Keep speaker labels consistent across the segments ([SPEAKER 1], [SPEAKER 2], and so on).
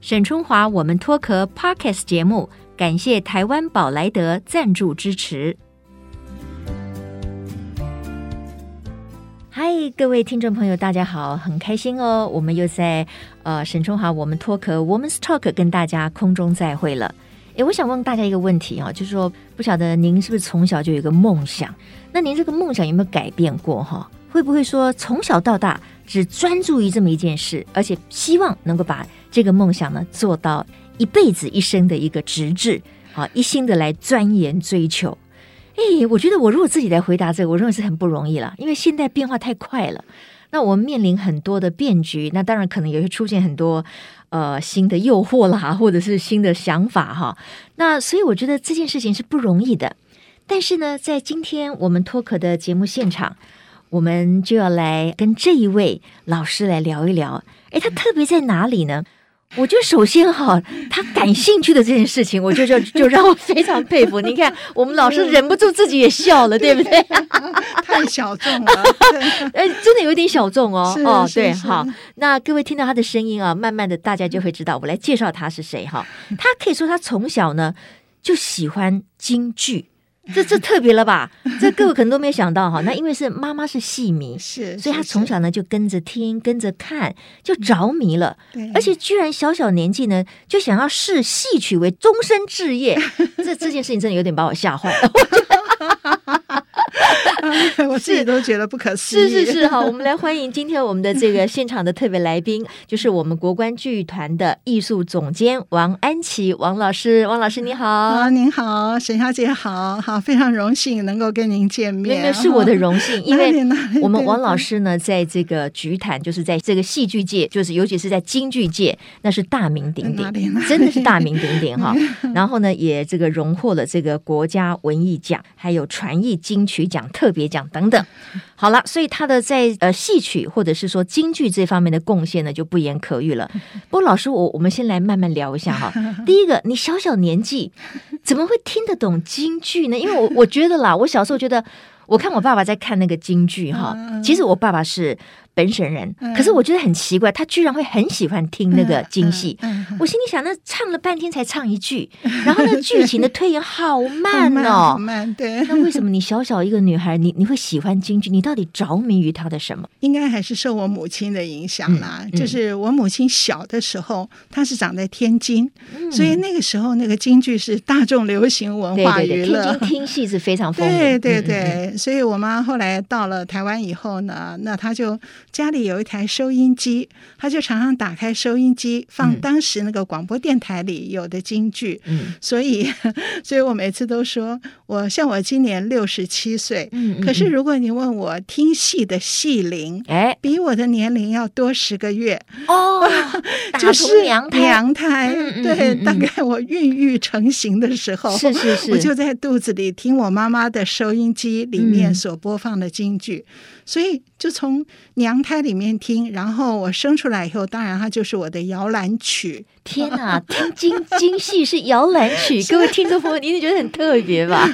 [SPEAKER 1] 沈春华，我们脱壳 Pockets 节目，感谢台湾宝莱德赞助支持。嗨，各位听众朋友，大家好，很开心哦，我们又在呃沈春华我们脱壳 Woman's Talk 跟大家空中再会了。诶，我想问大家一个问题啊、哦，就是说，不晓得您是不是从小就有一个梦想？那您这个梦想有没有改变过哈、会不会说从小到大只专注于这么一件事，而且希望能够把这个梦想呢做到一辈子一生的一个直至啊，一心的来钻研追求？哎，我觉得我如果自己来回答这个，我认为是很不容易了，因为现在变化太快了。那我们面临很多的变局，那当然可能也会出现很多呃新的诱惑啦，或者是新的想法哈。那所以我觉得这件事情是不容易的。但是呢，在今天我们脱壳的节目现场，我们就要来跟这一位老师来聊一聊。诶，他特别在哪里呢？我觉得首先哈，他感兴趣的这件事情，我就就就让我非常佩服。你看，我们老师忍不住自己也笑了，对不对？
[SPEAKER 2] 太小众 了，
[SPEAKER 1] 哎，真的有点小众哦。
[SPEAKER 2] 是
[SPEAKER 1] 哦，
[SPEAKER 2] 是
[SPEAKER 1] 对，
[SPEAKER 2] 是
[SPEAKER 1] 好，那各位听到他的声音啊，慢慢的大家就会知道，我来介绍他是谁 哈。他可以说他从小呢就喜欢京剧，这这特别了 吧？这各位可能都没有想到哈。那因为是妈妈是戏迷，
[SPEAKER 2] 是，
[SPEAKER 1] 所以他
[SPEAKER 2] 是
[SPEAKER 1] 从小呢就跟着听、跟着看，就着迷了。
[SPEAKER 2] 对
[SPEAKER 1] 而且居然小小年纪呢，就想要视戏曲为终身志业，这这件事情真的有点把我吓坏了。
[SPEAKER 2] 我自己都觉得不可思
[SPEAKER 1] 是
[SPEAKER 2] 议。
[SPEAKER 1] 是是，好，我们来欢迎今天我们的这个现场的特别来宾，就是我们国关剧团的艺术总监王安琪王老师。王老师你好
[SPEAKER 2] 啊，，您好，沈小姐好，好，非常荣幸能够跟您见
[SPEAKER 1] 那
[SPEAKER 2] 面。
[SPEAKER 1] 个是我的荣幸，因为
[SPEAKER 2] 哪里哪里
[SPEAKER 1] 我们王老
[SPEAKER 2] 对
[SPEAKER 1] 师呢，在这个剧坛，就是在这个戏剧界，就是尤其是在京剧界，那是大名鼎
[SPEAKER 2] 哪里
[SPEAKER 1] 鼎
[SPEAKER 2] 哪，里嗯
[SPEAKER 1] 真的是大名鼎鼎 哈。然后呢，也这个荣获了这个国家文艺奖，还有传艺金曲奖、特别奖等 等。好了，所以他的在呃戏曲或者是说京剧这方面的贡献呢，就不言可喻了。不过老师，我我们先来慢慢聊一下 哈。第一个，你小小年纪怎么会听得懂京剧呢？因为我 我觉得啦，我小时候觉得，我看我爸爸在看那个京剧哈。
[SPEAKER 2] 嗯
[SPEAKER 1] 其实我爸爸是本省人，可是我觉得很奇怪，他居然会很喜欢听那个京戏。
[SPEAKER 2] 嗯嗯
[SPEAKER 1] 我心里想，那唱了半天才唱一句，然后那个剧情的推演好
[SPEAKER 2] 好
[SPEAKER 1] 慢
[SPEAKER 2] 慢
[SPEAKER 1] 哦
[SPEAKER 2] 好。慢，对，
[SPEAKER 1] 那为什么你小小一个女孩，你你会喜欢京剧？你到底着迷于它的什么？
[SPEAKER 2] 应该还是受我母亲的影响啦。
[SPEAKER 1] 嗯嗯
[SPEAKER 2] 就是我母亲小的时候，她是长在天津，
[SPEAKER 1] 嗯
[SPEAKER 2] 所以那个时候那个京剧是大众流行文
[SPEAKER 1] 对
[SPEAKER 2] 化
[SPEAKER 1] 对对，
[SPEAKER 2] 娱
[SPEAKER 1] 天
[SPEAKER 2] 乐
[SPEAKER 1] 津。听戏是非常风靡，
[SPEAKER 2] 对对
[SPEAKER 1] 嗯，
[SPEAKER 2] 对，所以我妈后来到了台湾以后呢，那她就家里有一台收音机，她就常常打开收音机放
[SPEAKER 1] 嗯
[SPEAKER 2] 当时那个广播电台里有的京剧。
[SPEAKER 1] 嗯
[SPEAKER 2] 所以， 所以我每次都说，我像我今年六十七岁，
[SPEAKER 1] 嗯嗯嗯
[SPEAKER 2] 可是如果你问我听戏的戏龄，
[SPEAKER 1] 哎
[SPEAKER 2] 比我的年龄要多十个月，
[SPEAKER 1] 哦，打
[SPEAKER 2] 就是
[SPEAKER 1] 从娘胎，
[SPEAKER 2] 娘胎
[SPEAKER 1] 嗯嗯
[SPEAKER 2] 对，
[SPEAKER 1] 嗯嗯
[SPEAKER 2] 大概我孕育成型的时候，
[SPEAKER 1] 是是是，
[SPEAKER 2] 哦我就在肚子里听我妈妈的收音机里面
[SPEAKER 1] 嗯
[SPEAKER 2] 所播放的京剧，所以就从娘胎里面听，然后我生出来以后，当然它就是我的摇篮曲。
[SPEAKER 1] 天哪，听京京戏是摇篮曲，各位听众朋友，你一定觉得很特别吧？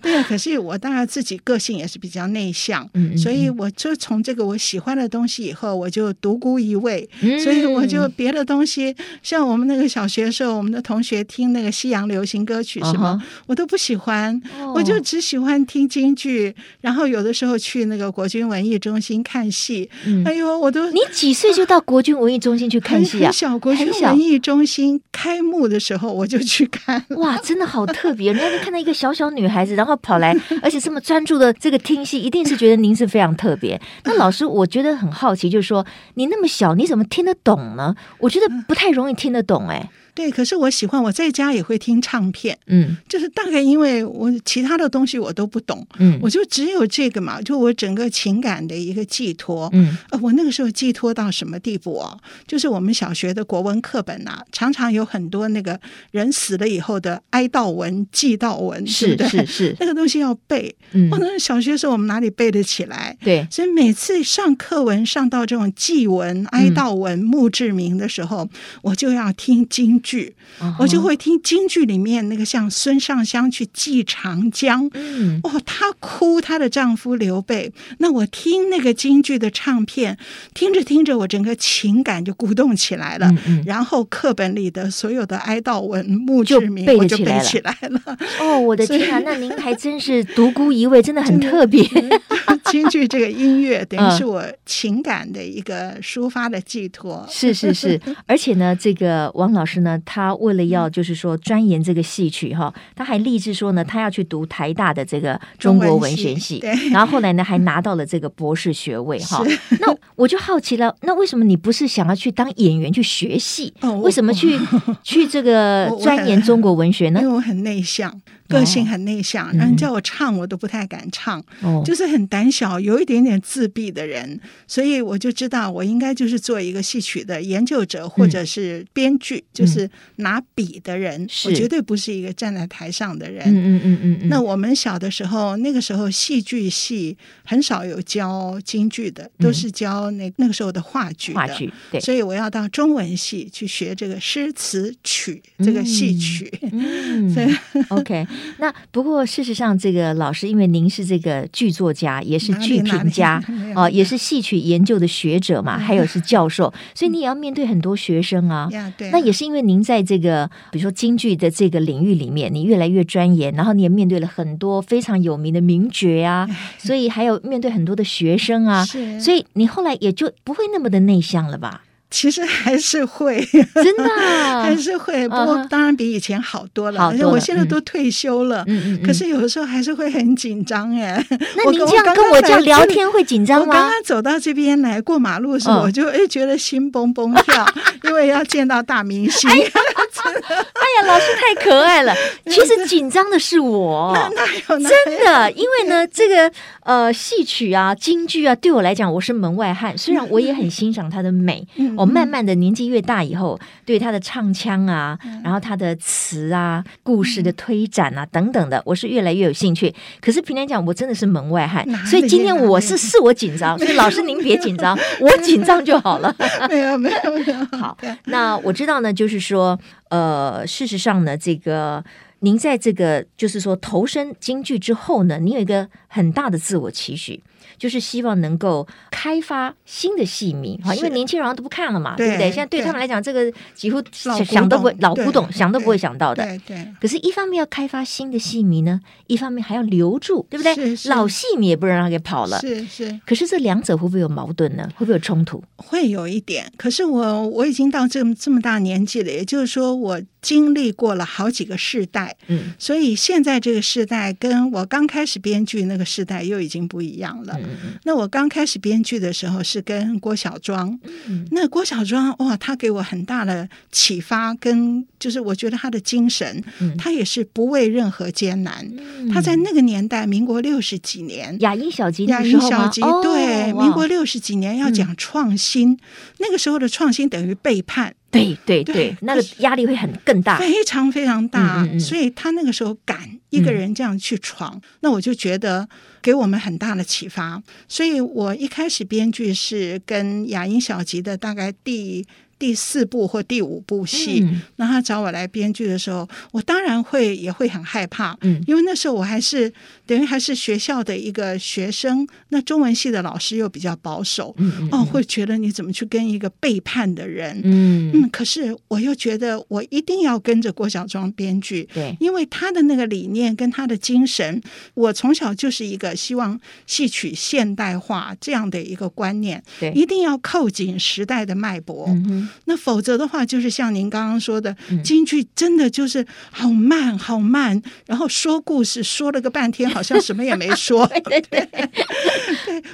[SPEAKER 2] 对啊，可是我当然自己个性也是比较内向，
[SPEAKER 1] 嗯嗯
[SPEAKER 2] 所以我就从这个我喜欢的东西以后，我就独孤一味，
[SPEAKER 1] 嗯
[SPEAKER 2] 所以我就别的东西，像我们那个小学的时候，我们的同学听那个西洋流行歌曲什么
[SPEAKER 1] 嗯
[SPEAKER 2] 我都不喜欢，
[SPEAKER 1] 哦
[SPEAKER 2] 我就只喜欢听京剧，然后有的时候去那个国军文艺中心看戏，
[SPEAKER 1] 嗯
[SPEAKER 2] 哎呦，我都
[SPEAKER 1] 你几岁就到国军文艺中心去看
[SPEAKER 2] 很
[SPEAKER 1] 戏 啊
[SPEAKER 2] 很？小国
[SPEAKER 1] 很
[SPEAKER 2] 军
[SPEAKER 1] 小
[SPEAKER 2] 文艺中心开幕的时候我就去看，
[SPEAKER 1] 哇，真的好特别！人家就看到一个小小女孩子，然后跑来，而且这么专注的这个听戏，一定是觉得您是非常特 别。那老师，我觉得很好奇，就是说你那么小，你怎么听得懂呢？我觉得不太容易听得懂、哎，
[SPEAKER 2] 对，可是我喜欢，我在家也会听唱片，
[SPEAKER 1] 嗯
[SPEAKER 2] 就是大概因为我其他的东西我都不懂，
[SPEAKER 1] 嗯
[SPEAKER 2] 我就只有这个嘛，就我整个情感的一个寄托。
[SPEAKER 1] 嗯，
[SPEAKER 2] 呃，我那个时候寄托到什么地步哦？就是我们小学的国文课本啊，常常有很多那个人死了以后的哀悼文、祭悼文，对
[SPEAKER 1] 是
[SPEAKER 2] 不对
[SPEAKER 1] 是是，
[SPEAKER 2] 那个东西要背。
[SPEAKER 1] 嗯
[SPEAKER 2] 我，那小学时候我们哪里背得起来？
[SPEAKER 1] 对，
[SPEAKER 2] 所以每次上课
[SPEAKER 1] 嗯
[SPEAKER 2] 文上到这种祭文、哀悼文、墓志铭的时候，我就要听京剧，
[SPEAKER 1] 嗯哼
[SPEAKER 2] 我就，会听京剧里面那个像孙尚香去祭长江，
[SPEAKER 1] 嗯
[SPEAKER 2] 哦，她哭她的丈夫刘备。那我听那个京剧的唱片，听着听着，我整个情感就鼓动起 来了。
[SPEAKER 1] 嗯嗯，
[SPEAKER 2] 然后课本里的所有的哀悼文、墓
[SPEAKER 1] 就
[SPEAKER 2] 志铭
[SPEAKER 1] 背，得
[SPEAKER 2] 我就
[SPEAKER 1] 起
[SPEAKER 2] 背
[SPEAKER 1] 来
[SPEAKER 2] 起来 了。
[SPEAKER 1] 哦，我的天啊，那您还真是独孤一味，真的很特别。
[SPEAKER 2] 京剧这个音乐，等
[SPEAKER 1] 嗯
[SPEAKER 2] 于是我情感的一个抒发的寄托。
[SPEAKER 1] 是是是，而且呢，这个王老师呢，他为了
[SPEAKER 2] 嗯
[SPEAKER 1] 要就是说钻研这个戏曲哈，他还立志说呢，他要去读台大的这个中国文学系，
[SPEAKER 2] 中文系对
[SPEAKER 1] 然后后来呢，还拿到了这个博士学位哈。那我就好奇了，那为什么你不是想要去当演员去学戏？
[SPEAKER 2] 哦我
[SPEAKER 1] 为什么去去这个
[SPEAKER 2] 我我
[SPEAKER 1] 钻研中国文学呢哦
[SPEAKER 2] 因为？我很内向，个性很内向，然后
[SPEAKER 1] 嗯
[SPEAKER 2] 人叫我唱，我都不太敢唱，
[SPEAKER 1] 哦，
[SPEAKER 2] 就是很胆小，有一点点自闭的人，所以我就知道我应该就是做一个戏曲的研究者或
[SPEAKER 1] 嗯
[SPEAKER 2] 者是编剧，就是拿笔的人，
[SPEAKER 1] 是
[SPEAKER 2] 我绝对不是一个站在台上的人。
[SPEAKER 1] 嗯嗯嗯嗯嗯，
[SPEAKER 2] 那我们小的时候，那个时候戏剧系很少有教京剧的，都是教那那个时候的话剧
[SPEAKER 1] 嗯
[SPEAKER 2] 的。
[SPEAKER 1] 话剧对，
[SPEAKER 2] 所以我要到中文系去学这个诗词曲这个戏曲。
[SPEAKER 1] 嗯
[SPEAKER 2] 所以
[SPEAKER 1] OK，那不过事实上，这个老师，因为您是这个剧作家，也是
[SPEAKER 2] 哪里
[SPEAKER 1] 剧
[SPEAKER 2] 哪
[SPEAKER 1] 评
[SPEAKER 2] 里
[SPEAKER 1] 家
[SPEAKER 2] 没有
[SPEAKER 1] 哦、也是戏曲研究的学者 嘛，还有是教授，所以你也要面对很多学生啊。
[SPEAKER 2] 呀，嗯 对啊，
[SPEAKER 1] 那也是因为您在这个，比如说京剧的这个领域里面，你越来越钻研，然后你也面对了很多非常有名的名角 啊，所以还有面对很多的学生啊，
[SPEAKER 2] 是，
[SPEAKER 1] 所以你后来也就不会那么的内向了吧？
[SPEAKER 2] 其实还是会，
[SPEAKER 1] 真的 啊、
[SPEAKER 2] 还是会，不
[SPEAKER 1] 嗯
[SPEAKER 2] 过
[SPEAKER 1] 哼
[SPEAKER 2] 当然比以前好多了。
[SPEAKER 1] 好
[SPEAKER 2] 而且
[SPEAKER 1] 多了
[SPEAKER 2] 我现在
[SPEAKER 1] 嗯
[SPEAKER 2] 都退休了，
[SPEAKER 1] 嗯嗯嗯。
[SPEAKER 2] 可是有的时候还是会很紧张哎。
[SPEAKER 1] 那
[SPEAKER 2] 我
[SPEAKER 1] 您
[SPEAKER 2] 跟
[SPEAKER 1] 这样
[SPEAKER 2] 刚
[SPEAKER 1] 跟
[SPEAKER 2] 刚
[SPEAKER 1] 我
[SPEAKER 2] 来
[SPEAKER 1] 这样聊
[SPEAKER 2] 这里
[SPEAKER 1] 天会紧
[SPEAKER 2] 我
[SPEAKER 1] 张吗？
[SPEAKER 2] 刚刚走到这边来过马路的时候，
[SPEAKER 1] 嗯
[SPEAKER 2] 我就哎觉得心蹦蹦跳， 因为要见到大明星。啊
[SPEAKER 1] 哎呀，老师太可爱 了。其实紧张的是我，
[SPEAKER 2] 哪 有呢？
[SPEAKER 1] 哎真的，因为呢，这个呃，戏曲啊、京剧啊，对我来讲，我是门外汉。虽然我也很欣赏它的美，
[SPEAKER 2] 嗯
[SPEAKER 1] 我慢慢的年纪越大以后，对它的唱腔啊，
[SPEAKER 2] 嗯
[SPEAKER 1] 然后它的词啊、故事的推展啊等等的，我是越来越有兴趣。可是平常讲，我真的是门外汉
[SPEAKER 2] 哪，里
[SPEAKER 1] 所以今天
[SPEAKER 2] 哪里
[SPEAKER 1] 我是是我紧张，所以老师您别紧张，我紧张就好了。
[SPEAKER 2] 没有没有没有。
[SPEAKER 1] 好， 那我知道呢，就是说，呃，事实上呢，这个您在这个就是说投身京剧之后呢，你有一个很大的自我期许。就是希望能够开发新的戏迷哈，因为
[SPEAKER 2] 是
[SPEAKER 1] 年轻人好像都不看了嘛，
[SPEAKER 2] 对
[SPEAKER 1] 不对？现在对
[SPEAKER 2] 对
[SPEAKER 1] 他们来讲，这个几乎
[SPEAKER 2] 老古
[SPEAKER 1] 想都不会
[SPEAKER 2] 董
[SPEAKER 1] 老古董，
[SPEAKER 2] 对
[SPEAKER 1] 想都不会
[SPEAKER 2] 对
[SPEAKER 1] 想到的。
[SPEAKER 2] 对对，
[SPEAKER 1] 可是，一方面要开发新的戏迷呢，一方面还要留住，对不对
[SPEAKER 2] 是？是
[SPEAKER 1] 老戏迷也不能让他给跑了。
[SPEAKER 2] 是是。
[SPEAKER 1] 可是这两者会不会有矛盾呢？会不会有冲突？
[SPEAKER 2] 会有一点，可是我我已经到这么这么大年纪了，也就是说我经历过了好几个世代，
[SPEAKER 1] 嗯
[SPEAKER 2] 所以现在这个世代跟我刚开始编剧那个世代又已经不一样了。
[SPEAKER 1] 嗯嗯
[SPEAKER 2] 那我刚开始编剧的时候是跟郭小庄，
[SPEAKER 1] 嗯
[SPEAKER 2] 那郭小庄哇，他给我很大的启发，跟就是我觉得他的精神，
[SPEAKER 1] 嗯
[SPEAKER 2] 他也是不畏任何艰难。
[SPEAKER 1] 嗯
[SPEAKER 2] 他在那个年代，民国六十几年，
[SPEAKER 1] 雅音小集那
[SPEAKER 2] 雅
[SPEAKER 1] 个
[SPEAKER 2] 音
[SPEAKER 1] 时候吗
[SPEAKER 2] 小集，
[SPEAKER 1] 哦
[SPEAKER 2] 对，
[SPEAKER 1] 哇嗯
[SPEAKER 2] 民国六十几年要讲创新，那个时候的创新等于背叛，
[SPEAKER 1] 对对
[SPEAKER 2] 对
[SPEAKER 1] 对，那个
[SPEAKER 2] 就是
[SPEAKER 1] 压力会很更大。
[SPEAKER 2] 非常非常大，
[SPEAKER 1] 嗯嗯嗯
[SPEAKER 2] 所以他那个时候敢一个人这样去闯，那我就觉得给我们很大的启发。所以我一开始编剧是跟雅音小集的大概第。第四部或第五部戏，
[SPEAKER 1] 嗯
[SPEAKER 2] 那他找我来编剧的时候，我当然会也会很害怕，
[SPEAKER 1] 嗯
[SPEAKER 2] 因为那时候我还是等于还是学校的一个学生，那中文系的老师又比较保守，
[SPEAKER 1] 嗯嗯
[SPEAKER 2] 哦，会觉得你怎么去跟一个背叛的人？
[SPEAKER 1] 嗯，
[SPEAKER 2] 嗯，可是我又觉得我一定要跟着郭小庄编剧。
[SPEAKER 1] 对，
[SPEAKER 2] 因为他的那个理念跟他的精神，我从小就是一个希望戏曲现代化这样的一个观念，
[SPEAKER 1] 对
[SPEAKER 2] 一定要扣紧时代的脉搏。
[SPEAKER 1] 嗯哼，
[SPEAKER 2] 那否则的话，就是像您刚刚说的
[SPEAKER 1] 嗯，
[SPEAKER 2] 京剧真的就是好慢好慢，然后说故事说了个半天，好像什么也没说。
[SPEAKER 1] 对对对，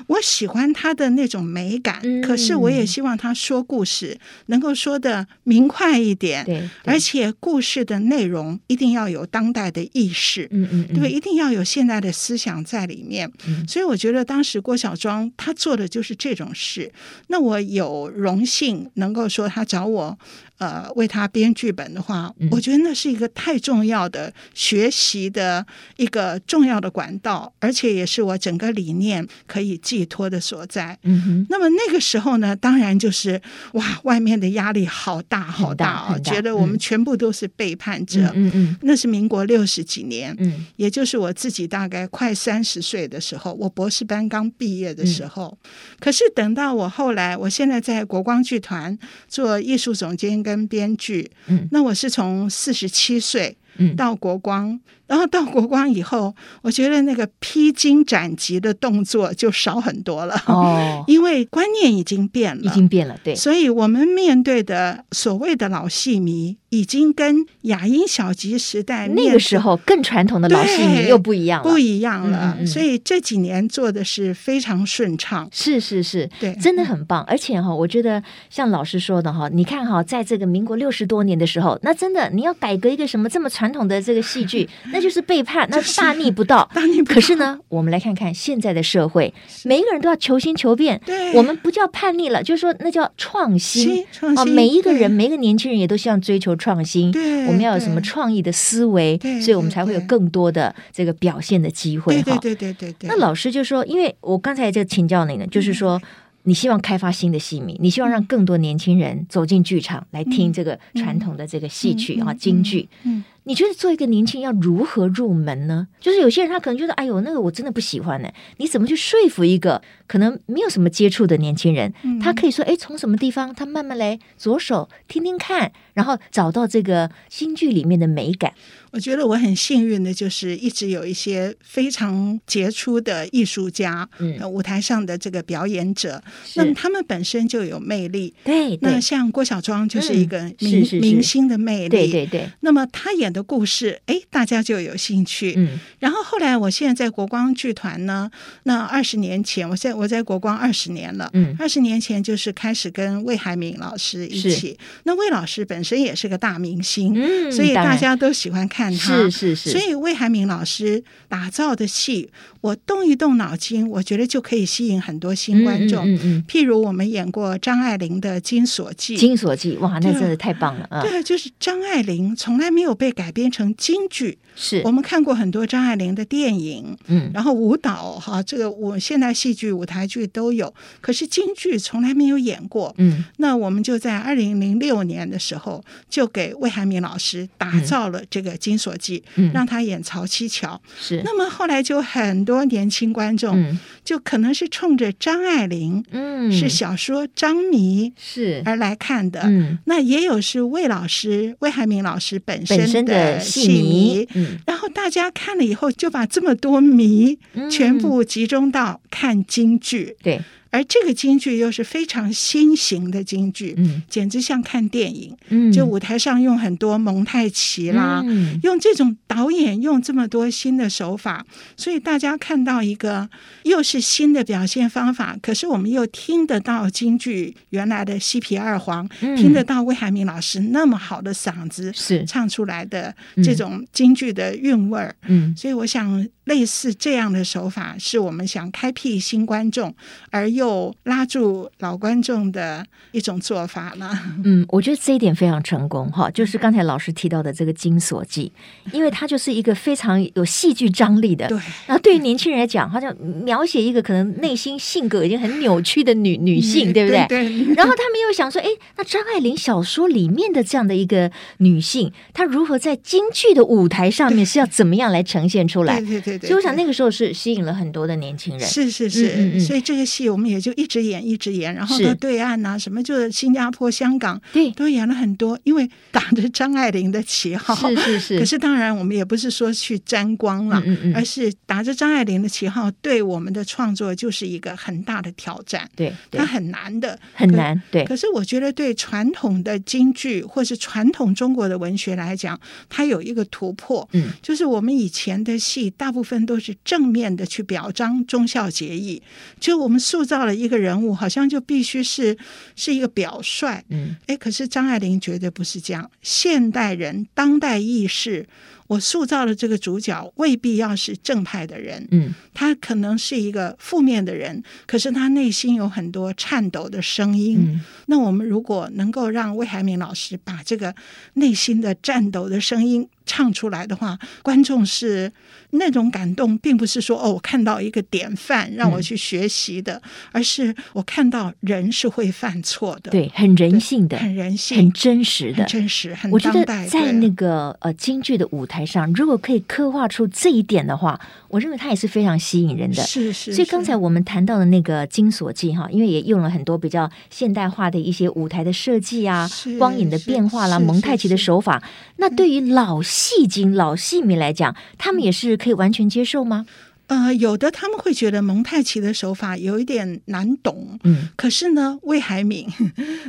[SPEAKER 2] 我喜欢他的那种美感，
[SPEAKER 1] 嗯
[SPEAKER 2] 可是我也希望他说故事能够说的明快一点，
[SPEAKER 1] 对
[SPEAKER 2] 而且故事的内容一定要有当代的意识。
[SPEAKER 1] 嗯嗯嗯，
[SPEAKER 2] 对，一定要有现代的思想在里面。
[SPEAKER 1] 嗯
[SPEAKER 2] 所以我觉得当时郭小庄他做的就是这种事。那我有荣幸能够说候他找我呃为他编剧本的话，
[SPEAKER 1] 嗯
[SPEAKER 2] 我觉得那是一个太重要的学习的一个重要的管道，而且也是我整个理念可以寄托的所在。
[SPEAKER 1] 嗯哼，
[SPEAKER 2] 那么那个时候呢，当然就是哇，外面的压力好大好啊、
[SPEAKER 1] 很大很大
[SPEAKER 2] 觉得我们
[SPEAKER 1] 嗯
[SPEAKER 2] 全部都是啊背叛者。
[SPEAKER 1] 嗯嗯
[SPEAKER 2] 那是民国六十几年，
[SPEAKER 1] 嗯
[SPEAKER 2] 也就是我自己大概快三十岁的时候，我博士班刚毕业的时
[SPEAKER 1] 嗯
[SPEAKER 2] 候。可是等到我后来，我现在在国光剧团做艺术总监跟编剧，
[SPEAKER 1] 嗯
[SPEAKER 2] 那我是从四十七岁。
[SPEAKER 1] 嗯
[SPEAKER 2] 到国光，然后到国光以后，我觉得那个披荆斩棘的动作就少很多了，
[SPEAKER 1] 嗯， 哦，
[SPEAKER 2] 因为观念已经变了，
[SPEAKER 1] 已经变了，对，
[SPEAKER 2] 所以我们面对的所谓的老戏迷，已经跟雅音小集时代
[SPEAKER 1] 那
[SPEAKER 2] 面
[SPEAKER 1] 个
[SPEAKER 2] 对
[SPEAKER 1] 时候更传统的老戏迷
[SPEAKER 2] 对
[SPEAKER 1] 又不一样了，
[SPEAKER 2] 不一样了。
[SPEAKER 1] 嗯嗯嗯
[SPEAKER 2] 所以这几年做的是非常顺畅。
[SPEAKER 1] 是是是，
[SPEAKER 2] 对
[SPEAKER 1] 真的很棒。而且哈、我觉得像老师说的哈、你看哈、在这个民国六十多年的时候，那真的你要改革一个什么这么传统的这个戏 剧，那就是背叛，那是大逆不道。
[SPEAKER 2] 当你 不
[SPEAKER 1] 可是呢，我们来看看现在的社会，每一个人都要求新求变。
[SPEAKER 2] 对
[SPEAKER 1] 我们不叫叛逆了，就是说那叫创新
[SPEAKER 2] 新创
[SPEAKER 1] 啊！
[SPEAKER 2] 新
[SPEAKER 1] 每一个人，
[SPEAKER 2] 对
[SPEAKER 1] 每一个年轻人也都希望追求创新。
[SPEAKER 2] 对
[SPEAKER 1] 我们要有什么
[SPEAKER 2] 对
[SPEAKER 1] 创意的思维
[SPEAKER 2] 对，
[SPEAKER 1] 所以我们
[SPEAKER 2] 对
[SPEAKER 1] 才会有
[SPEAKER 2] 对
[SPEAKER 1] 更多的这个表现的机会
[SPEAKER 2] 对
[SPEAKER 1] 哈
[SPEAKER 2] 对。对对对对，
[SPEAKER 1] 那老师就说，因为我刚才就请教你呢，
[SPEAKER 2] 嗯
[SPEAKER 1] 就是说。你希望开发新的戏迷，你希望让更多年轻人走进剧场来听这个传统的这个戏曲啊、
[SPEAKER 2] 嗯嗯嗯
[SPEAKER 1] 京剧。
[SPEAKER 2] 嗯，
[SPEAKER 1] 你觉得做一个年轻人要如何入门呢？就是有些人他可能觉得，哎呦，那个我真的不喜欢呢。你怎么去说服一个可能没有什么接触的年轻人？
[SPEAKER 2] 嗯
[SPEAKER 1] 他可以说，哎，从什么地方，他慢慢来，左手听听看，然后找到这个新剧里面的美感。
[SPEAKER 2] 我觉得我很幸运的，就是一直有一些非常杰出的艺术家，
[SPEAKER 1] 嗯
[SPEAKER 2] 呃舞台上的这个表演者，
[SPEAKER 1] 是
[SPEAKER 2] 那么他们本身就有魅力。
[SPEAKER 1] 对对
[SPEAKER 2] 那像郭小庄就是一个
[SPEAKER 1] 嗯
[SPEAKER 2] 明、
[SPEAKER 1] 是是是
[SPEAKER 2] 明星的魅力，
[SPEAKER 1] 对对对，
[SPEAKER 2] 那么他演的故事，哎，大家就有兴趣。
[SPEAKER 1] 嗯
[SPEAKER 2] 然后后来，我现在在国光剧团呢，那二十年前，我在我在国光二十年了。
[SPEAKER 1] 嗯，
[SPEAKER 2] 二十年前就是开始跟魏海敏老师一起，那魏老师本身也是个大明星，
[SPEAKER 1] 嗯
[SPEAKER 2] 所以
[SPEAKER 1] 当
[SPEAKER 2] 大
[SPEAKER 1] 然
[SPEAKER 2] 家都喜欢看他。
[SPEAKER 1] 是是是，
[SPEAKER 2] 所以魏海敏老师打造的戏，我动一动脑筋，我觉得就可以吸引很多新观众。
[SPEAKER 1] 嗯嗯嗯
[SPEAKER 2] 譬如我们演过张爱玲的《金锁记》，
[SPEAKER 1] 金锁记》哇，那
[SPEAKER 2] 对啊
[SPEAKER 1] 真的太棒了啊！
[SPEAKER 2] 对，就是张爱玲从来没有被改编成京剧。
[SPEAKER 1] 是
[SPEAKER 2] 我，们看过很多张爱玲的电影，
[SPEAKER 1] 嗯，
[SPEAKER 2] 然后舞蹈哈，这个我现代戏剧、舞台剧都有，可是京剧从来没有演过。
[SPEAKER 1] 嗯，
[SPEAKER 2] 那我们就在二零零六年的时候，就给魏海敏老师打造了这个《金锁记》
[SPEAKER 1] 嗯
[SPEAKER 2] 让他演曹七巧。
[SPEAKER 1] 是，
[SPEAKER 2] 那么后来就很多年轻观众，
[SPEAKER 1] 嗯
[SPEAKER 2] 就可能是冲着张爱玲、
[SPEAKER 1] 嗯
[SPEAKER 2] 是小说《张迷》
[SPEAKER 1] 是，
[SPEAKER 2] 而来看的。
[SPEAKER 1] 嗯，
[SPEAKER 2] 那也有是魏老师、魏海敏老师本
[SPEAKER 1] 本
[SPEAKER 2] 身
[SPEAKER 1] 身的
[SPEAKER 2] 戏
[SPEAKER 1] 戏迷，嗯，
[SPEAKER 2] 然后大家看了以后，就把这么多迷
[SPEAKER 1] 嗯
[SPEAKER 2] 全部集中到看京剧，
[SPEAKER 1] 对，
[SPEAKER 2] 而这个京剧又是非常新型的京剧，
[SPEAKER 1] 嗯
[SPEAKER 2] 简直像看电影。
[SPEAKER 1] 嗯，
[SPEAKER 2] 就舞台上用很多蒙太奇啦，
[SPEAKER 1] 嗯
[SPEAKER 2] 用这种导演用这么多新的手法，所以大家看到一个又是新的表现方法，可是我们又听得到京剧原来的西皮二黄，
[SPEAKER 1] 嗯
[SPEAKER 2] 听得到魏海敏老师那么好的嗓子
[SPEAKER 1] 是，
[SPEAKER 2] 唱出来的
[SPEAKER 1] 嗯
[SPEAKER 2] 这种京剧的韵味儿。
[SPEAKER 1] 嗯
[SPEAKER 2] 所以我想，类似这样的手法，是我们想开辟新观众，而又拉住老观众的一种做法了。
[SPEAKER 1] 嗯，我觉得这一点非常成功哈，就是刚才老师提到的这个《金锁记》，因为它就是一个非常有戏剧张力的，
[SPEAKER 2] 对。
[SPEAKER 1] 然后对于年轻人来讲，好像描写一个可能内心性格已经很扭曲的女女性，对不对？
[SPEAKER 2] 嗯 对，
[SPEAKER 1] 然后他们又想说，哎，那张爱玲小说里面的这样的一个女性，她如何在京剧的舞台上面是要怎么样来呈现出来
[SPEAKER 2] 对？对对对。
[SPEAKER 1] 所以我想
[SPEAKER 2] 对
[SPEAKER 1] 那个时候是吸引了很多的年轻人。
[SPEAKER 2] 是
[SPEAKER 1] 嗯
[SPEAKER 2] 是
[SPEAKER 1] 嗯嗯
[SPEAKER 2] 是，所以这个戏我们也就一直演一直演，然后
[SPEAKER 1] 是
[SPEAKER 2] 到对岸呐，什么就是新加坡、香港
[SPEAKER 1] 对，
[SPEAKER 2] 都演了很多，因为打着张爱玲的旗号。
[SPEAKER 1] 是是是，
[SPEAKER 2] 可是哎当然，我们也不是说去沾光了
[SPEAKER 1] 嗯，嗯
[SPEAKER 2] 而
[SPEAKER 1] 嗯，
[SPEAKER 2] 是打着张爱玲的旗号，对我们的创作就是一个很大的挑战，
[SPEAKER 1] 对对
[SPEAKER 2] 它，很难的，
[SPEAKER 1] 很
[SPEAKER 2] 可。
[SPEAKER 1] 难，对，
[SPEAKER 2] 可是我觉得，对传统的京剧或是传统中国的文学来讲，它有一个突破，
[SPEAKER 1] 嗯，
[SPEAKER 2] 就是我们以前的戏大部分都是正面的去表彰忠孝节义，就我们塑造了一个人物，好像就必须是是一个表率，
[SPEAKER 1] 嗯
[SPEAKER 2] 哎，可是张爱玲绝对不是这样。现代人当代意识，我塑造的这个主角未必要是正派的人，
[SPEAKER 1] 嗯
[SPEAKER 2] 他可能是一个负面的人，可是他内心有很多颤抖的声音。
[SPEAKER 1] 嗯
[SPEAKER 2] 那我们如果能够让魏海敏老师把这个内心的颤抖的声音唱出来的话，观众是那种感动，并不是说哦，我看到一个典范让
[SPEAKER 1] 嗯
[SPEAKER 2] 我去学习的，而是我看到人是会犯错的，，
[SPEAKER 1] 对，很人性的，
[SPEAKER 2] 很人
[SPEAKER 1] 很
[SPEAKER 2] 性，
[SPEAKER 1] 真实的
[SPEAKER 2] 很。真实，很
[SPEAKER 1] 我觉
[SPEAKER 2] 当
[SPEAKER 1] 得
[SPEAKER 2] 代。
[SPEAKER 1] 在
[SPEAKER 2] 对
[SPEAKER 1] 那个呃京剧的舞台上，如果可以刻画出这一点的话，我认为它也是非常吸引人的。
[SPEAKER 2] 是是，
[SPEAKER 1] 所以刚才
[SPEAKER 2] 是
[SPEAKER 1] 我们谈到的那个《金锁记》哈，因为也用了很多比较现代化的一些舞台的设计啊
[SPEAKER 2] 是、
[SPEAKER 1] 光影的
[SPEAKER 2] 是
[SPEAKER 1] 变化啦、
[SPEAKER 2] 是
[SPEAKER 1] 蒙
[SPEAKER 2] 是
[SPEAKER 1] 太奇的
[SPEAKER 2] 是嗯
[SPEAKER 1] 手法。那对于老戏精、老戏迷来讲，他们也是可以完全接受吗？
[SPEAKER 2] 呃，有的他们会觉得蒙太奇的手法有一点难懂，
[SPEAKER 1] 嗯
[SPEAKER 2] 可是呢，魏海敏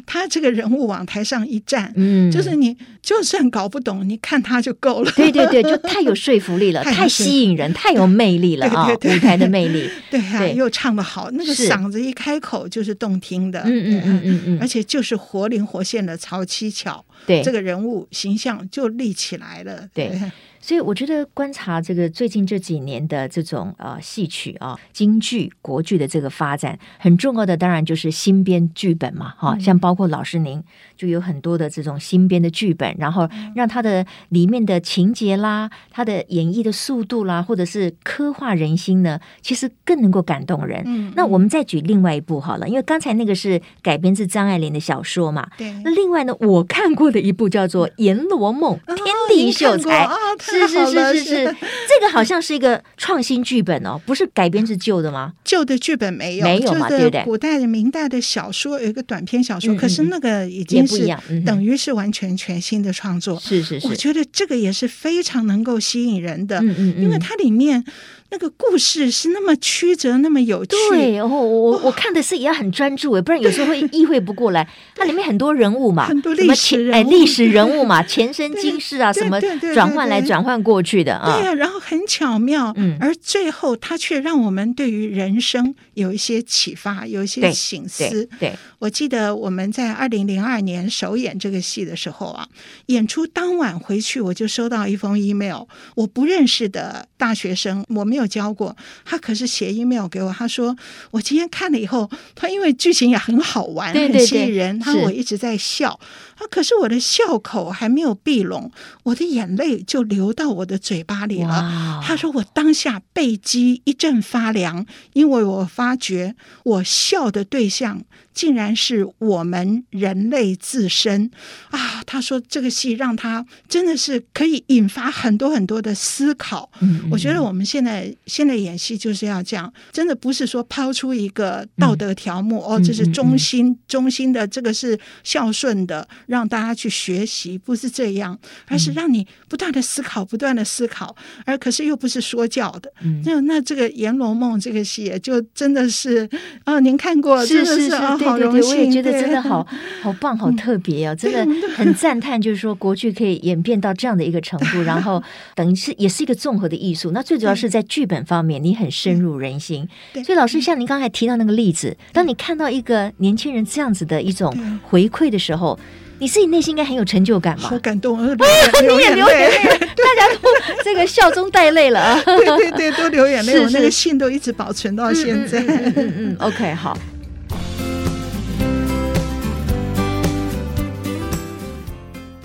[SPEAKER 2] 他这个人物往台上一站，
[SPEAKER 1] 嗯，
[SPEAKER 2] 就是你就算搞不懂，你看他就够了。
[SPEAKER 1] 对对对，就太有说服力了，
[SPEAKER 2] 太有
[SPEAKER 1] 太
[SPEAKER 2] 说
[SPEAKER 1] 吸引人，太有魅力了啊！
[SPEAKER 2] 对对对
[SPEAKER 1] 舞台的魅力，
[SPEAKER 2] 对啊，
[SPEAKER 1] 对
[SPEAKER 2] 又唱得好，那个
[SPEAKER 1] 是
[SPEAKER 2] 嗓子一开口就是动听的。
[SPEAKER 1] 嗯嗯嗯
[SPEAKER 2] 嗯。
[SPEAKER 1] 嗯嗯，
[SPEAKER 2] 而且就是活灵活现的曹七巧，
[SPEAKER 1] 对
[SPEAKER 2] 这个人物形象就立起来了。啊
[SPEAKER 1] 对所以我觉得观察这个最近这几年的这种呃戏曲啊、京剧、国剧的这个发展，很重要的当然就是新编剧本嘛，哈、像包括老师您就有很多的这种新编的剧本，然后让它的里面的情节啦、它的演绎的速度啦，或者是刻画人心呢，其实更能够感动人。
[SPEAKER 2] 嗯
[SPEAKER 1] 那我们再举另外一部好了，因为刚才那个是改编自张爱玲的小说嘛，
[SPEAKER 2] 对，
[SPEAKER 1] 那另外呢，我看过的一部叫做《阎罗梦》，天地
[SPEAKER 2] 您
[SPEAKER 1] 秀
[SPEAKER 2] 看过
[SPEAKER 1] 才，
[SPEAKER 2] 啊
[SPEAKER 1] 是
[SPEAKER 2] 太
[SPEAKER 1] 是
[SPEAKER 2] 好了
[SPEAKER 1] 是是
[SPEAKER 2] 是
[SPEAKER 1] 是，这个好像是一个创新剧本哦，不是改编自旧的吗？
[SPEAKER 2] 旧的剧本没有，
[SPEAKER 1] 没有
[SPEAKER 2] 旧
[SPEAKER 1] 嘛
[SPEAKER 2] 的
[SPEAKER 1] 对不对
[SPEAKER 2] 古代的、明代的小说有一个短篇小说，
[SPEAKER 1] 嗯嗯
[SPEAKER 2] 可是那个已
[SPEAKER 1] 也
[SPEAKER 2] 经
[SPEAKER 1] 不一
[SPEAKER 2] 是
[SPEAKER 1] 样，嗯哼，
[SPEAKER 2] 等于是完全全新的创作。
[SPEAKER 1] 是是
[SPEAKER 2] 我
[SPEAKER 1] 是，
[SPEAKER 2] 觉得这个也是非常能够吸引人的，
[SPEAKER 1] 嗯嗯嗯，
[SPEAKER 2] 因为它里面那个故事是那么曲折，那么有趣。
[SPEAKER 1] 对，哦，我我我看的是也要很专注诶，不然有时候 会意会不过来。它里面很多人物嘛，
[SPEAKER 2] 很多
[SPEAKER 1] 什么
[SPEAKER 2] 历史
[SPEAKER 1] 前
[SPEAKER 2] 人
[SPEAKER 1] 哎
[SPEAKER 2] 物
[SPEAKER 1] 历史人物 嘛，前身今世啊，
[SPEAKER 2] 对
[SPEAKER 1] 什么
[SPEAKER 2] 对对对
[SPEAKER 1] 转换来
[SPEAKER 2] 对
[SPEAKER 1] 转换过去的啊
[SPEAKER 2] 对，呀、然后很巧妙，
[SPEAKER 1] 嗯
[SPEAKER 2] 而最后它却让我们对于人生有一些启发，有
[SPEAKER 1] 对
[SPEAKER 2] 一些醒
[SPEAKER 1] 对
[SPEAKER 2] 思。
[SPEAKER 1] 对，
[SPEAKER 2] 我记得我们在二零零二年首演这个戏的时候啊，演出当晚回去我就收到一封 email，我不认识的大学生，我没有教过，他可是写 email 给我，他说我今天看了以后，他因为剧情也很好玩，
[SPEAKER 1] 对对
[SPEAKER 2] 很吸
[SPEAKER 1] 对
[SPEAKER 2] 引人，他
[SPEAKER 1] 是
[SPEAKER 2] 说我一直在笑，啊，可是我的笑口还没有闭拢，我的眼泪就流到我的嘴巴里了。
[SPEAKER 1] 哇，
[SPEAKER 2] 他说：“我当下背脊一阵发凉，因为我发觉我笑的对象竟然是我们人类自身啊！”他说：“这个戏让他真的是可以引发很多很多的思考。
[SPEAKER 1] 嗯，嗯
[SPEAKER 2] 我觉得我们现在现在演戏就是要这样，真的不是说抛出一个道
[SPEAKER 1] 嗯
[SPEAKER 2] 德条目、哦，这是中心、中心的，这个是孝顺的，让大家去学习，不是这样，而
[SPEAKER 1] 嗯
[SPEAKER 2] 是让你不断的思考，不断的思考，而可是又不是说教的。
[SPEAKER 1] 嗯
[SPEAKER 2] 那那这个《阎罗梦》这个戏也就真的是，啊、您看过，
[SPEAKER 1] 是
[SPEAKER 2] 真的
[SPEAKER 1] 是是，
[SPEAKER 2] 啊，好
[SPEAKER 1] 对对
[SPEAKER 2] 荣
[SPEAKER 1] 对，我
[SPEAKER 2] 幸，
[SPEAKER 1] 也觉得
[SPEAKER 2] 对
[SPEAKER 1] 真的好。好棒，好特别哦，真的很赞叹，就是说国剧可以演变到这样的一个程度，然后等于是也是一个综合的艺术。那最主要是在剧本方面，你很深入人心。
[SPEAKER 2] 对
[SPEAKER 1] 所以老师，像您刚才提到那个例子，当你看到一个年轻人这样子的一种
[SPEAKER 2] 对
[SPEAKER 1] 回馈的时候，你自己内心应该很有成就感吧
[SPEAKER 2] 好？感动，我流眼流
[SPEAKER 1] 啊也流眼
[SPEAKER 2] 眼泪，
[SPEAKER 1] 泪了，大家都这个笑中带泪了啊！
[SPEAKER 2] 对对对，都流眼
[SPEAKER 1] 是
[SPEAKER 2] 泪。我那
[SPEAKER 1] 是
[SPEAKER 2] 个信都一直保存到现在。
[SPEAKER 1] 嗯嗯嗯嗯嗯嗯，OK，好。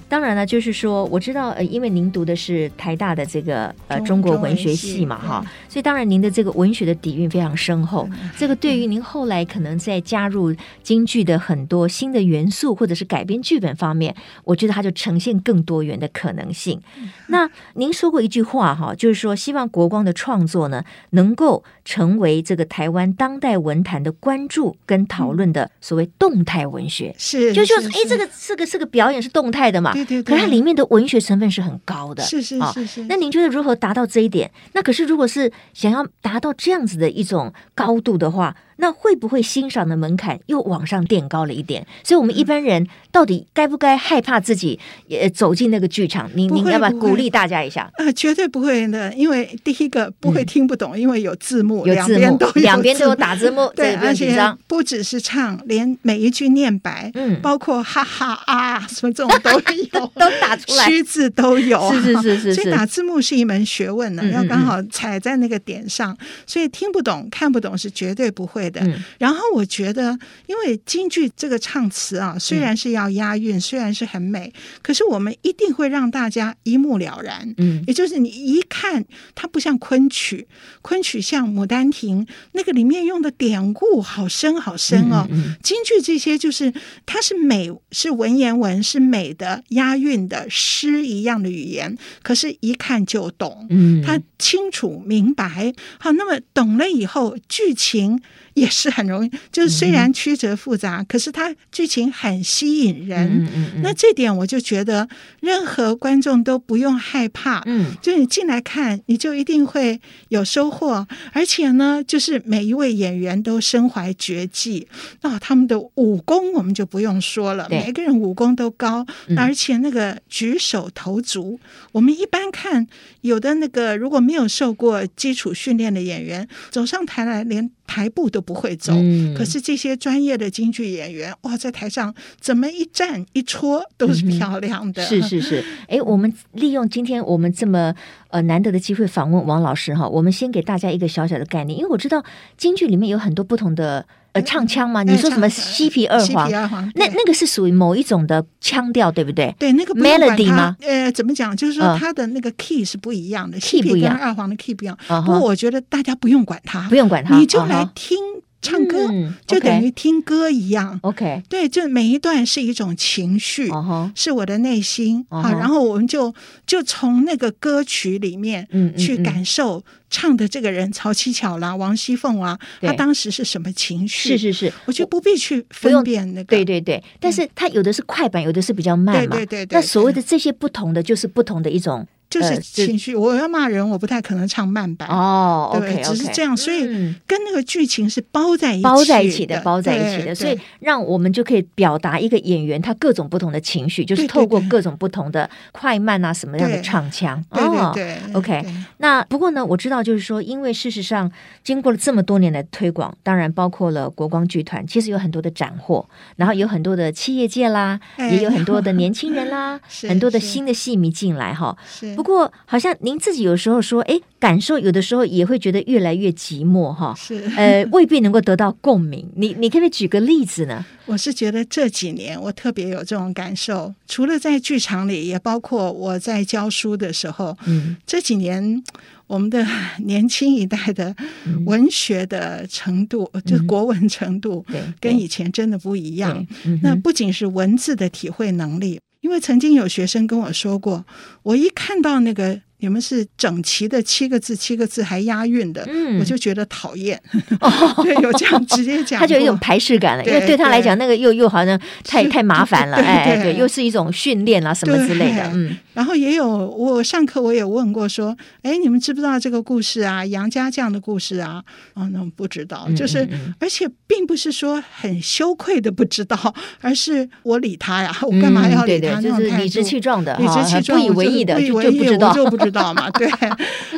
[SPEAKER 1] 当然了，就是说，我知道，呃，因为您读的是台大的这个呃中
[SPEAKER 2] 中
[SPEAKER 1] 国
[SPEAKER 2] 中
[SPEAKER 1] 文
[SPEAKER 2] 文
[SPEAKER 1] 学
[SPEAKER 2] 系
[SPEAKER 1] 系嘛，
[SPEAKER 2] 对
[SPEAKER 1] 哈，所以当然您的这个文学的底蕴非常深厚。
[SPEAKER 2] 嗯
[SPEAKER 1] 这个对于您后来可能在加入京剧的很多新的元素，或者是改编剧本方面，我觉得它就呈现更多元的可能性。
[SPEAKER 2] 嗯
[SPEAKER 1] 那您说过一句话哈，就是说希望国光的创作呢，能够成为这个台湾当代文坛的关注跟讨论的所谓动态文学。
[SPEAKER 2] 是，
[SPEAKER 1] 就就是是哎，这个这个这个表演是动态的嘛，
[SPEAKER 2] 对对对
[SPEAKER 1] 可它里面的文学成分是很高的，
[SPEAKER 2] 是是
[SPEAKER 1] 啊
[SPEAKER 2] 是是，
[SPEAKER 1] 那您觉得如何达到这一点？那可是如果是想要达到这样子的一种高度的话，那会不会欣赏的门槛又往上垫高了一点？所以，我们一
[SPEAKER 2] 嗯
[SPEAKER 1] 般人到底该不该害怕自己也走进那个剧场？你
[SPEAKER 2] 不会
[SPEAKER 1] 你要不要
[SPEAKER 2] 不会
[SPEAKER 1] 鼓励大家一下？
[SPEAKER 2] 呃，绝对不会的，因为第一个不会听不懂，因为有字
[SPEAKER 1] 嗯
[SPEAKER 2] 幕，
[SPEAKER 1] 有
[SPEAKER 2] 两
[SPEAKER 1] 字
[SPEAKER 2] 边
[SPEAKER 1] 幕
[SPEAKER 2] 都有，
[SPEAKER 1] 两边
[SPEAKER 2] 字
[SPEAKER 1] 都有
[SPEAKER 2] 幕
[SPEAKER 1] 打字幕，这
[SPEAKER 2] 对，
[SPEAKER 1] 也不用
[SPEAKER 2] 而
[SPEAKER 1] 紧
[SPEAKER 2] 且
[SPEAKER 1] 张。
[SPEAKER 2] 不只是唱，连每一句念白，
[SPEAKER 1] 嗯，
[SPEAKER 2] 包括哈哈啊什么这种都有，
[SPEAKER 1] 都 打出来，
[SPEAKER 2] 诗字都有啊，
[SPEAKER 1] 是是是是
[SPEAKER 2] 所以
[SPEAKER 1] 是
[SPEAKER 2] 打字幕是一门学问呢、
[SPEAKER 1] 嗯嗯
[SPEAKER 2] 要刚好踩在那个点上，所以听不懂、看不懂是绝对不会的。
[SPEAKER 1] 嗯
[SPEAKER 2] 然后我觉得，因为京剧这个唱词啊，虽然是要押韵，虽然是很美，可是我们一定会让大家一目了然。
[SPEAKER 1] 嗯
[SPEAKER 2] 也就是你一看，它不像昆曲，昆曲像《牡丹亭》，那个里面用的典故好深好深哦。
[SPEAKER 1] 嗯嗯嗯
[SPEAKER 2] 京剧这些就是它是美，是文言文，是美的押韵的诗一样的语言，可是一看就懂。
[SPEAKER 1] 嗯，
[SPEAKER 2] 它清楚明白，好，那么懂了以后，剧情也是很容易，就是虽然曲折复杂，可是它剧情很吸引人。
[SPEAKER 1] 嗯嗯嗯，
[SPEAKER 2] 那这点我就觉得，任何观众都不用害怕。
[SPEAKER 1] 嗯
[SPEAKER 2] 就是你进来看，你就一定会有收获，而且呢，就是每一位演员都身怀绝技，那、他们的武功我们就不用说了，
[SPEAKER 1] 对
[SPEAKER 2] 每个人武功都高，
[SPEAKER 1] 嗯
[SPEAKER 2] 而且那个举手投足，我们一般看有的那个如果没有受过基础训练的演员，走上台来连台步都不会走，
[SPEAKER 1] 嗯
[SPEAKER 2] 可是这些专业的京剧演员，哇，在台上怎么一站一戳都是漂亮的，
[SPEAKER 1] 嗯是是 是，哎，我们利用今天我们这么呃难得的机会访问王老师哈，我们先给大家一个小小的概念，因为我知道京剧里面有很多不同的呃
[SPEAKER 2] 嗯
[SPEAKER 1] 唱腔嘛，你说什么西皮二
[SPEAKER 2] 西
[SPEAKER 1] 黄
[SPEAKER 2] 皮，二黄，
[SPEAKER 1] 那
[SPEAKER 2] 对
[SPEAKER 1] 那个是属于某一种的腔调，对不对？
[SPEAKER 2] 对，那个不用管
[SPEAKER 1] melody
[SPEAKER 2] 它
[SPEAKER 1] 吗？
[SPEAKER 2] 呃，怎么讲？就是说
[SPEAKER 1] 嗯
[SPEAKER 2] 它的那个 key 是不一样的，
[SPEAKER 1] key
[SPEAKER 2] 西
[SPEAKER 1] 不
[SPEAKER 2] 皮
[SPEAKER 1] 一
[SPEAKER 2] 跟
[SPEAKER 1] 样
[SPEAKER 2] 二黄的 key 不一样。
[SPEAKER 1] 啊
[SPEAKER 2] 不过
[SPEAKER 1] 哈，
[SPEAKER 2] 我觉得大家不用管它
[SPEAKER 1] 不，用管它，
[SPEAKER 2] 你就
[SPEAKER 1] 啊
[SPEAKER 2] 来
[SPEAKER 1] 哈
[SPEAKER 2] 听唱歌
[SPEAKER 1] 嗯，
[SPEAKER 2] 就
[SPEAKER 1] OK
[SPEAKER 2] 等于听歌一样。
[SPEAKER 1] OK，
[SPEAKER 2] 对，就每一段是一种情绪。
[SPEAKER 1] 哦哈，
[SPEAKER 2] 是我的内心
[SPEAKER 1] 嗯
[SPEAKER 2] 啊，
[SPEAKER 1] 哼
[SPEAKER 2] 然后我们就就从那个歌曲里面
[SPEAKER 1] 嗯嗯
[SPEAKER 2] 去
[SPEAKER 1] 嗯
[SPEAKER 2] 感受唱的这个人曹七巧啦、王熙凤啊，
[SPEAKER 1] 对
[SPEAKER 2] 她当时是什么情绪？
[SPEAKER 1] 是，是是，
[SPEAKER 2] 我觉得不必去
[SPEAKER 1] 用
[SPEAKER 2] 分辨那个。
[SPEAKER 1] 对对对，但是它有的是快板，有的是比较慢嘛。
[SPEAKER 2] 嗯对对对对
[SPEAKER 1] 那所谓的这些不同的，就是不同的一种
[SPEAKER 2] 就是
[SPEAKER 1] 呃是
[SPEAKER 2] 情绪。我要骂人，我不太可能唱慢版。
[SPEAKER 1] 哦。
[SPEAKER 2] 对
[SPEAKER 1] OK
[SPEAKER 2] 只是
[SPEAKER 1] OK，
[SPEAKER 2] 这样，所以
[SPEAKER 1] 嗯
[SPEAKER 2] 跟那个剧情是包在一起的、
[SPEAKER 1] 包在一起的，包在一起
[SPEAKER 2] 对
[SPEAKER 1] 的，所以让我们就可以表达一个演员他各种不同的情绪，就是
[SPEAKER 2] 对对
[SPEAKER 1] 透过
[SPEAKER 2] 对
[SPEAKER 1] 各种不同的快慢啊什么样的
[SPEAKER 2] 对
[SPEAKER 1] 唱腔。
[SPEAKER 2] 对
[SPEAKER 1] 哦
[SPEAKER 2] 对对对
[SPEAKER 1] OK 那不过呢，我知道就是说，因为事实上经过了这么多年的推广，当然包括了国光剧团，其实有很多的斩获，然后有很多的企业界啦，
[SPEAKER 2] 哎，
[SPEAKER 1] 也有很多的年轻人啦
[SPEAKER 2] 是
[SPEAKER 1] 很多的
[SPEAKER 2] 是
[SPEAKER 1] 新的戏迷进来哈。
[SPEAKER 2] 是
[SPEAKER 1] 不过好像您自己有时候说，哎，感受有的时候也会觉得越来越寂寞哈。
[SPEAKER 2] 是，
[SPEAKER 1] 呃，未必能够得到共鸣。你你可不可以举个例子呢？
[SPEAKER 2] 我是觉得这几年我特别有这种感受，除了在剧场里，也包括我在教书的时候，
[SPEAKER 1] 嗯，
[SPEAKER 2] 这几年我们的 年轻一代的
[SPEAKER 1] 嗯
[SPEAKER 2] 文学的程度，就是国文程度，
[SPEAKER 1] 对，
[SPEAKER 2] 跟
[SPEAKER 1] 一
[SPEAKER 2] 以前真的不一样。，
[SPEAKER 1] 嗯哼
[SPEAKER 2] 那不仅是文字的体会能力，因为曾经有学生跟我说过，我一看到那个你们是整齐的七个字，七个字还押韵的，
[SPEAKER 1] 嗯哦
[SPEAKER 2] 我就觉得讨厌。 对，有这样直接讲
[SPEAKER 1] 他
[SPEAKER 2] 过，
[SPEAKER 1] 就有一种排斥感了，因
[SPEAKER 2] 对
[SPEAKER 1] 为对他来讲，那个又又好像太
[SPEAKER 2] 是
[SPEAKER 1] 太麻烦了，
[SPEAKER 2] 对对
[SPEAKER 1] 哎，
[SPEAKER 2] 对
[SPEAKER 1] 对，又是一种训练啦什么之类的，
[SPEAKER 2] 对
[SPEAKER 1] 嗯，
[SPEAKER 2] 然后也有我上课我也问过说，哎，你们知不知道这个故事啊？杨家将的故事啊？哦，那我不知道，
[SPEAKER 1] 嗯
[SPEAKER 2] 就是、
[SPEAKER 1] 嗯嗯
[SPEAKER 2] 而且并不是说很羞愧的不知道，而是我理他呀，我干嘛要
[SPEAKER 1] 嗯对
[SPEAKER 2] 理他、
[SPEAKER 1] 对，就
[SPEAKER 2] 那种
[SPEAKER 1] 是
[SPEAKER 2] 态度？
[SPEAKER 1] 理直气壮的，
[SPEAKER 2] 理直气壮，
[SPEAKER 1] 哈不以为意的
[SPEAKER 2] 我
[SPEAKER 1] 就就
[SPEAKER 2] 就不以
[SPEAKER 1] 不
[SPEAKER 2] 为意
[SPEAKER 1] 知道嗯
[SPEAKER 2] 我，就不知道 嘛。对，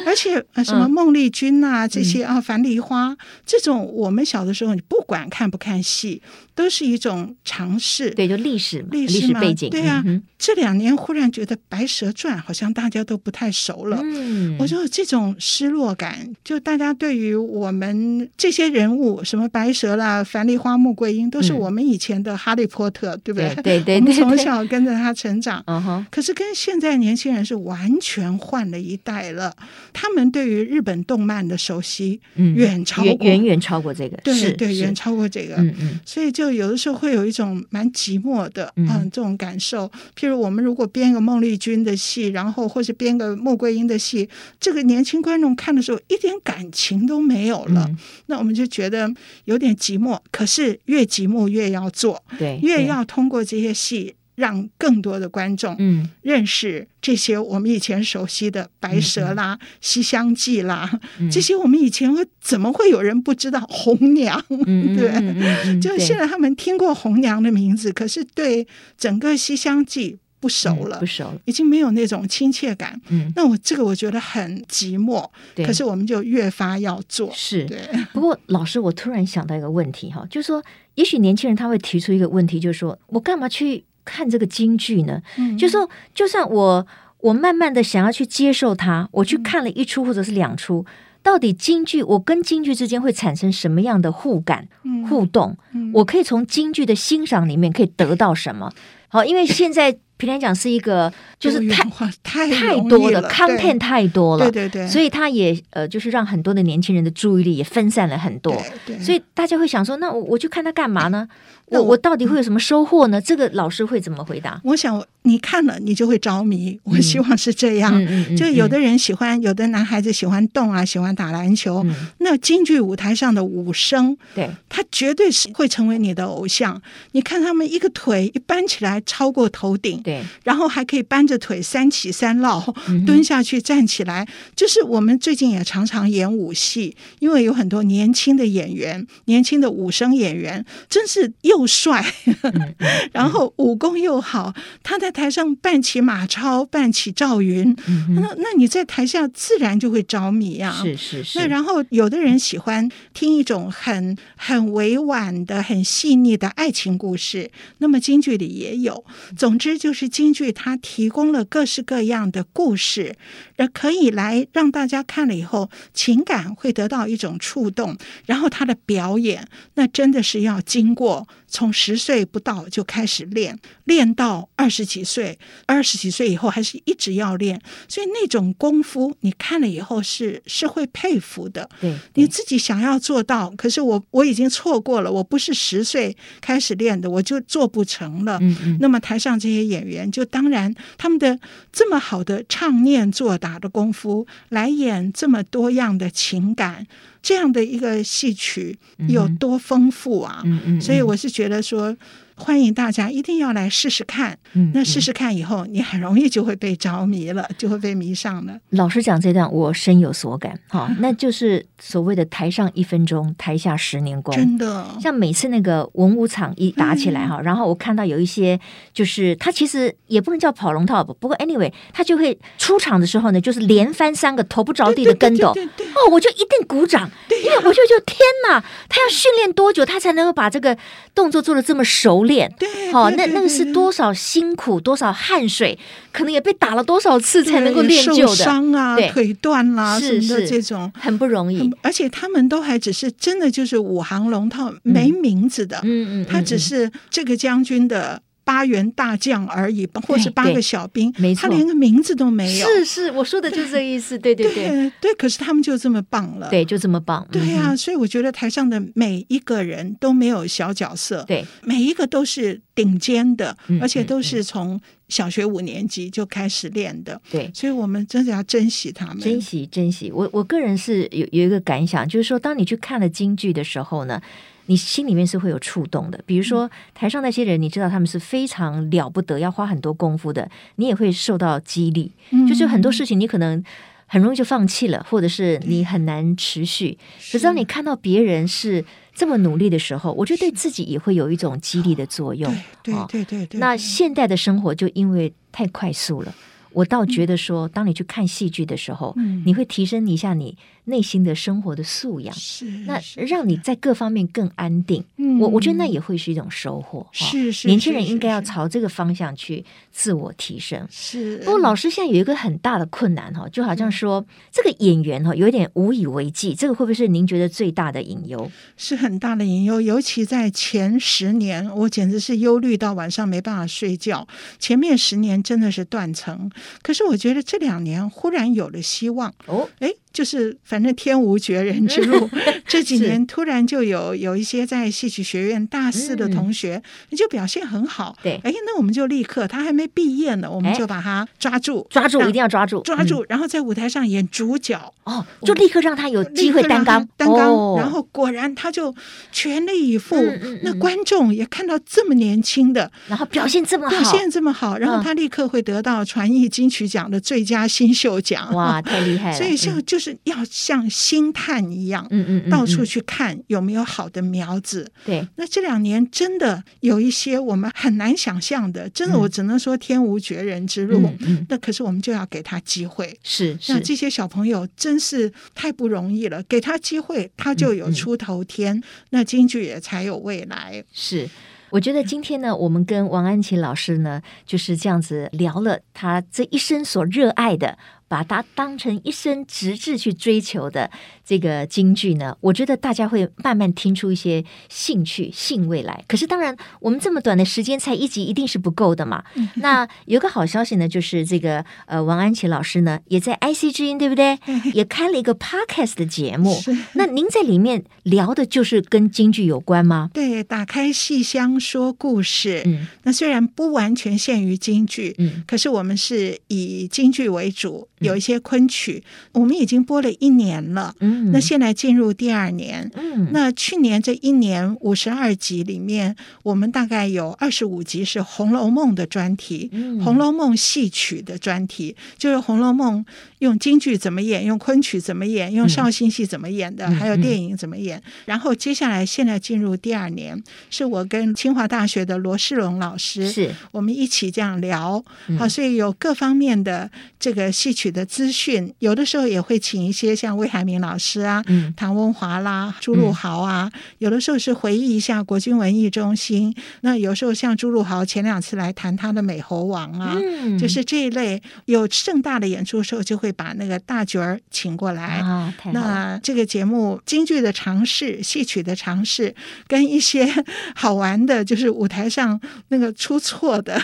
[SPEAKER 2] 而且呃什么孟丽君呐、这些啊，樊梨花这种，我们小的时候你不管看不看戏，都是一种尝试。
[SPEAKER 1] 对，就历史嘛，历
[SPEAKER 2] 历史嘛
[SPEAKER 1] 背景，
[SPEAKER 2] 对啊
[SPEAKER 1] 嗯
[SPEAKER 2] 这两年忽然觉得《白蛇传》好像大家都不太熟
[SPEAKER 1] 嗯
[SPEAKER 2] 了。
[SPEAKER 1] 哼，
[SPEAKER 2] 我就有这种失落感，就大家对于我们这些人物，什么白蛇啦、樊梨花、穆桂英，都是
[SPEAKER 1] 嗯
[SPEAKER 2] 我们以前的哈利波特，对不
[SPEAKER 1] 对
[SPEAKER 2] 对？
[SPEAKER 1] 对对
[SPEAKER 2] 我们
[SPEAKER 1] 对，
[SPEAKER 2] 从
[SPEAKER 1] 对，
[SPEAKER 2] 小跟着他成长，
[SPEAKER 1] 嗯哼，
[SPEAKER 2] 可是跟现在年轻人是完全换了一代了，他们对于日本动漫的熟悉
[SPEAKER 1] 嗯
[SPEAKER 2] 远超过，
[SPEAKER 1] 远远远超过这个，
[SPEAKER 2] 对
[SPEAKER 1] 是
[SPEAKER 2] 对，
[SPEAKER 1] 是
[SPEAKER 2] 远超过这个。
[SPEAKER 1] 嗯嗯
[SPEAKER 2] 所以就有的时候会有一种蛮寂寞的，
[SPEAKER 1] 嗯
[SPEAKER 2] 啊这种感受。譬如我们如果编个孟丽君的戏，然后或是编个穆桂英的戏，这个年轻观众看的时候一点感情都没有了，
[SPEAKER 1] 嗯，
[SPEAKER 2] 那我们就觉得有点寂寞。可是越寂寞越要做，
[SPEAKER 1] 对，
[SPEAKER 2] 越
[SPEAKER 1] 对
[SPEAKER 2] 要通过这些戏让更多的观众
[SPEAKER 1] 嗯
[SPEAKER 2] 认识这些我们以前熟悉的《白蛇》啦、西厢记》啦，
[SPEAKER 1] 嗯
[SPEAKER 2] 这些我们以前会怎么会有人不知道红娘？
[SPEAKER 1] 嗯，
[SPEAKER 2] 对
[SPEAKER 1] 嗯，嗯嗯
[SPEAKER 2] 就
[SPEAKER 1] 对
[SPEAKER 2] 现在他们听过红娘的名字，可是对整个《西厢记》不熟
[SPEAKER 1] 嗯
[SPEAKER 2] 了
[SPEAKER 1] 不，熟了，
[SPEAKER 2] 已经没有那种亲切感。
[SPEAKER 1] 嗯，
[SPEAKER 2] 那我这个我觉得很寂寞，
[SPEAKER 1] 对，
[SPEAKER 2] 可是我们就越发要做。
[SPEAKER 1] 是
[SPEAKER 2] 对，
[SPEAKER 1] 不过，老师，我突然想到一个问题哈，就是说，也许年轻人他会提出一个问题，就是说我干嘛去看这个京剧呢？
[SPEAKER 2] 嗯
[SPEAKER 1] 就是说，就算我我慢慢的想要去接受它，我
[SPEAKER 2] 嗯
[SPEAKER 1] 去看了一出或者是两出，到底京剧我跟京剧之间会产生什么样的互感、
[SPEAKER 2] 嗯
[SPEAKER 1] 互动？
[SPEAKER 2] 嗯
[SPEAKER 1] 我可以从京剧的欣赏里面可以得到什 么？好，因为现在平常讲是一个就是
[SPEAKER 2] 多
[SPEAKER 1] 太
[SPEAKER 2] 元化太
[SPEAKER 1] 太
[SPEAKER 2] 容易
[SPEAKER 1] 多
[SPEAKER 2] 了
[SPEAKER 1] content 太多了，
[SPEAKER 2] 对对对对，
[SPEAKER 1] 所
[SPEAKER 2] 以
[SPEAKER 1] 以他也呃，就是让很多的年轻人的注意力也分散了很多。
[SPEAKER 2] 对，
[SPEAKER 1] 所
[SPEAKER 2] 以
[SPEAKER 1] 以大家会想说，那我我去看他干嘛呢？
[SPEAKER 2] 那
[SPEAKER 1] 我
[SPEAKER 2] 我
[SPEAKER 1] 我到底会有什么收获呢？这个老师会怎么回答？
[SPEAKER 2] 我想你看了你就会着迷，我希望是这样。
[SPEAKER 1] 嗯
[SPEAKER 2] 就有的人喜欢，有的男孩子喜欢动啊，喜欢打篮球。
[SPEAKER 1] 嗯
[SPEAKER 2] 那京剧舞台上的武生，
[SPEAKER 1] 对，
[SPEAKER 2] 他绝对是会成为你的偶像。你看他们一个腿一搬起来超过头顶，
[SPEAKER 1] 对，
[SPEAKER 2] 然后还可以搬着腿三起三落，
[SPEAKER 1] 嗯哼
[SPEAKER 2] 蹲下去站起来。就是我们最近也常常演武戏，因为有很多年轻的演员、年轻的武生演员，真是又帅，
[SPEAKER 1] 嗯
[SPEAKER 2] 然后武功又好。他在台上扮起马超，扮起赵云，
[SPEAKER 1] 嗯
[SPEAKER 2] 那那你在台下自然就会着迷呀、
[SPEAKER 1] 哼，是是是，
[SPEAKER 2] 那然后有的人喜欢听一种很很委婉的、很细腻的爱情故事，那么京剧里也有。
[SPEAKER 1] 嗯
[SPEAKER 2] 总之就是京剧它提供了各式各样的故事，呃，可以来让大家看了以后情感会得到一种触动。然后他的表演，那真的是要经过从十岁不到就开始练，练到二十几岁，二十几岁以后还是一直要练，所以那种功夫你看了以后是是会佩服的。
[SPEAKER 1] 对
[SPEAKER 2] 你
[SPEAKER 1] 对
[SPEAKER 2] 自己想要做到，可是我我已经错过了，我不是十岁开始练的，我就做不成了。
[SPEAKER 1] 嗯嗯
[SPEAKER 2] 那么台上这些演员，就当然他们的这么好的唱念做打的功夫，来演这么多样的情感，这样的一个戏曲有多丰富啊！
[SPEAKER 1] 嗯嗯，
[SPEAKER 2] 所以我是觉得说，欢迎大家一定要来试试看。
[SPEAKER 1] 嗯
[SPEAKER 2] 那试试看以后，你很容易就会被着迷了，就会被迷上了。
[SPEAKER 1] 老师讲这段，我深有所感 哈，那就是所谓的台上一分钟，台下十年功，
[SPEAKER 2] 真的，
[SPEAKER 1] 像每次那个文武场一打起来
[SPEAKER 2] 嗯
[SPEAKER 1] 哈，然后我看到有一些就是他其实也不能叫跑龙套吧，不过 anyway 他就会出场的时候呢，就是连翻三个头不着地的跟斗。
[SPEAKER 2] 对对对对
[SPEAKER 1] 哦，我就一定鼓掌，因为我就就天哪，他要训练多久，他才能够把这个动作做的这么熟练？
[SPEAKER 2] 对，
[SPEAKER 1] 哦，
[SPEAKER 2] 对
[SPEAKER 1] 那
[SPEAKER 2] 对
[SPEAKER 1] 那个是
[SPEAKER 2] 对
[SPEAKER 1] 多少辛苦，多少汗水，可能也被打了多少次才能够
[SPEAKER 2] 对
[SPEAKER 1] 练就
[SPEAKER 2] 受
[SPEAKER 1] 的，
[SPEAKER 2] 伤啊
[SPEAKER 1] 对，
[SPEAKER 2] 腿断啦什
[SPEAKER 1] 是
[SPEAKER 2] 么的
[SPEAKER 1] 是
[SPEAKER 2] 这种。
[SPEAKER 1] 很不容易。嗯
[SPEAKER 2] 很而且他们都还只是真的就是五行龙套没名字的，
[SPEAKER 1] 嗯嗯，嗯
[SPEAKER 2] 他只
[SPEAKER 1] 嗯
[SPEAKER 2] 是这个将军的八员大将而已，或是八
[SPEAKER 1] 对
[SPEAKER 2] 个小兵，
[SPEAKER 1] 没
[SPEAKER 2] 他
[SPEAKER 1] 错
[SPEAKER 2] 连个名字都没有。
[SPEAKER 1] 是是，我说的就是这个意思，对对对
[SPEAKER 2] 对对，可是他们就这么棒了。
[SPEAKER 1] 对，就这么棒。
[SPEAKER 2] 啊对呀、
[SPEAKER 1] 嗯
[SPEAKER 2] 所以我觉得台上的每一个人都没有小角色，
[SPEAKER 1] 对，
[SPEAKER 2] 每一个都是顶尖的，
[SPEAKER 1] 嗯
[SPEAKER 2] 而且
[SPEAKER 1] 嗯
[SPEAKER 2] 都是从小学五年级就开始练的，
[SPEAKER 1] 对。
[SPEAKER 2] 所以我们真的要珍惜他们。
[SPEAKER 1] 珍惜珍惜，我我个人是有有一个感想，就是说，当你去看了京剧的时候呢，你心里面是会有触动的。比如
[SPEAKER 2] 嗯
[SPEAKER 1] 说台上那些人，你知道他们是非常了不得，要花很多功夫的，你也会受到激励。
[SPEAKER 2] 嗯
[SPEAKER 1] 就是很多事情你可能很容易就放弃了，或者是你很难持续。可是当你看到别人是这么努力的时候，我觉得对自己也会有一种激励的作用。
[SPEAKER 2] 对
[SPEAKER 1] 哦
[SPEAKER 2] 对对对对，
[SPEAKER 1] 那现代的生活就因为太快速了，我倒觉得说，当你去看戏剧的时候，
[SPEAKER 2] 嗯
[SPEAKER 1] 你会提升一下你内心的生活的素养，
[SPEAKER 2] 是
[SPEAKER 1] 那
[SPEAKER 2] 是
[SPEAKER 1] 让你在各方面更安定。
[SPEAKER 2] 嗯
[SPEAKER 1] 我我觉得那也会是一种收获。哦
[SPEAKER 2] 是是
[SPEAKER 1] 年轻人
[SPEAKER 2] 是
[SPEAKER 1] 应该要
[SPEAKER 2] 是
[SPEAKER 1] 朝这个方向去自我提升。
[SPEAKER 2] 是
[SPEAKER 1] 不过老师现在有一个很大的困难哈，就好
[SPEAKER 2] 嗯
[SPEAKER 1] 像说这个演员哈有点无以为继，这个会不会是您觉得最大的隐忧？
[SPEAKER 2] 是很大的隐忧，尤其在前十年，我简直是忧虑到晚上没办法睡觉。前面十年真的是断层，可是我觉得这两年忽然有了希望。
[SPEAKER 1] 哦，
[SPEAKER 2] 诶，就是反正天无绝人之 路，这几
[SPEAKER 1] 是
[SPEAKER 2] 年突然就有有一些在戏曲学院大四的同学，你就表现很好，
[SPEAKER 1] 嗯对
[SPEAKER 2] 哎，那我们就立刻，他还没毕业呢，我们
[SPEAKER 1] 哎
[SPEAKER 2] 就把他抓住，
[SPEAKER 1] 抓住
[SPEAKER 2] 让
[SPEAKER 1] 一定要抓住，
[SPEAKER 2] 抓住，然后在舞台上演主角，
[SPEAKER 1] 嗯哦，就立刻让他有机会
[SPEAKER 2] 立刻
[SPEAKER 1] 担
[SPEAKER 2] 让他
[SPEAKER 1] 纲，
[SPEAKER 2] 担纲，
[SPEAKER 1] 哦
[SPEAKER 2] 然后果然他就全力以赴。
[SPEAKER 1] 嗯嗯
[SPEAKER 2] 那
[SPEAKER 1] 嗯
[SPEAKER 2] 观众也看到这么年轻的
[SPEAKER 1] 然后表现这么
[SPEAKER 2] 表
[SPEAKER 1] 好，
[SPEAKER 2] 现这么好，然后
[SPEAKER 1] 嗯
[SPEAKER 2] 他立刻会得到传艺金曲奖的最佳新秀奖。
[SPEAKER 1] 哇，！太厉害了！
[SPEAKER 2] 所以像就是要像星探一样，
[SPEAKER 1] 嗯嗯嗯嗯，
[SPEAKER 2] 到处
[SPEAKER 1] 嗯
[SPEAKER 2] 去看有没有好的苗子。
[SPEAKER 1] 对，
[SPEAKER 2] 那这两年真的有一些我们很难想象的，真的
[SPEAKER 1] 嗯
[SPEAKER 2] 我只能说天无绝人之路。
[SPEAKER 1] 嗯嗯，
[SPEAKER 2] 那可是我们就要给他机会。
[SPEAKER 1] 是是
[SPEAKER 2] 那，这些小朋友真是太不容易了，给他机会，他就有
[SPEAKER 1] 嗯
[SPEAKER 2] 出头天，那京剧也才有未来。
[SPEAKER 1] 是。我觉得今天呢，我们跟王安琪老师呢就是这样子聊了他这一生所热爱的，把它当成一生直至去追求的这个京剧呢，我觉得大家会慢慢听出一些兴趣、兴味来。可是当然，我们这么短的时间才一集，一定是不够的嘛。那有个好消息呢，就是这个呃，王安琪老师呢也在 IC 之音，对不对？也开了一个 podcast 的节目。
[SPEAKER 2] 是
[SPEAKER 1] 那您在里面聊的就是跟京剧有关吗？
[SPEAKER 2] 对，打开戏箱说故事。
[SPEAKER 1] 嗯
[SPEAKER 2] 那虽然不完全限于京剧，
[SPEAKER 1] 嗯，
[SPEAKER 2] 可是我们是以京剧为主，有一些昆曲，我们已经播了一年了。
[SPEAKER 1] 嗯，
[SPEAKER 2] 那现在进入第二年，
[SPEAKER 1] 嗯
[SPEAKER 2] 那去年这一年五十二集里面，我们大概有二十五集是《红楼梦》的专题，
[SPEAKER 1] 嗯
[SPEAKER 2] 《红楼梦》戏曲的专题，就是《红楼梦》用京剧怎么演，用昆曲怎么演，用绍兴戏怎么演的，
[SPEAKER 1] 嗯
[SPEAKER 2] 还有电影怎么演。然后接下来现在进入第二年，是我跟清华大学的罗世龙老师。
[SPEAKER 1] 是
[SPEAKER 2] 我们一起这样聊，啊
[SPEAKER 1] 嗯
[SPEAKER 2] 好、所以有各方面的这个戏曲的资讯，有的时候也会请一些像魏海明老师啊，
[SPEAKER 1] 嗯
[SPEAKER 2] 唐文华啦、朱露豪啊，有的时候是回忆一下国军文艺中心，那有时候像朱露豪前两次来谈他的《美猴王》啊。
[SPEAKER 1] 嗯，
[SPEAKER 2] 就是这一类有盛大的演出的时候，就会把那个大角儿请过来。
[SPEAKER 1] 啊，太好了，
[SPEAKER 2] 那这个节目，京剧的尝试、戏曲的尝试，跟一些 好玩的，就是舞台上那个出错 的、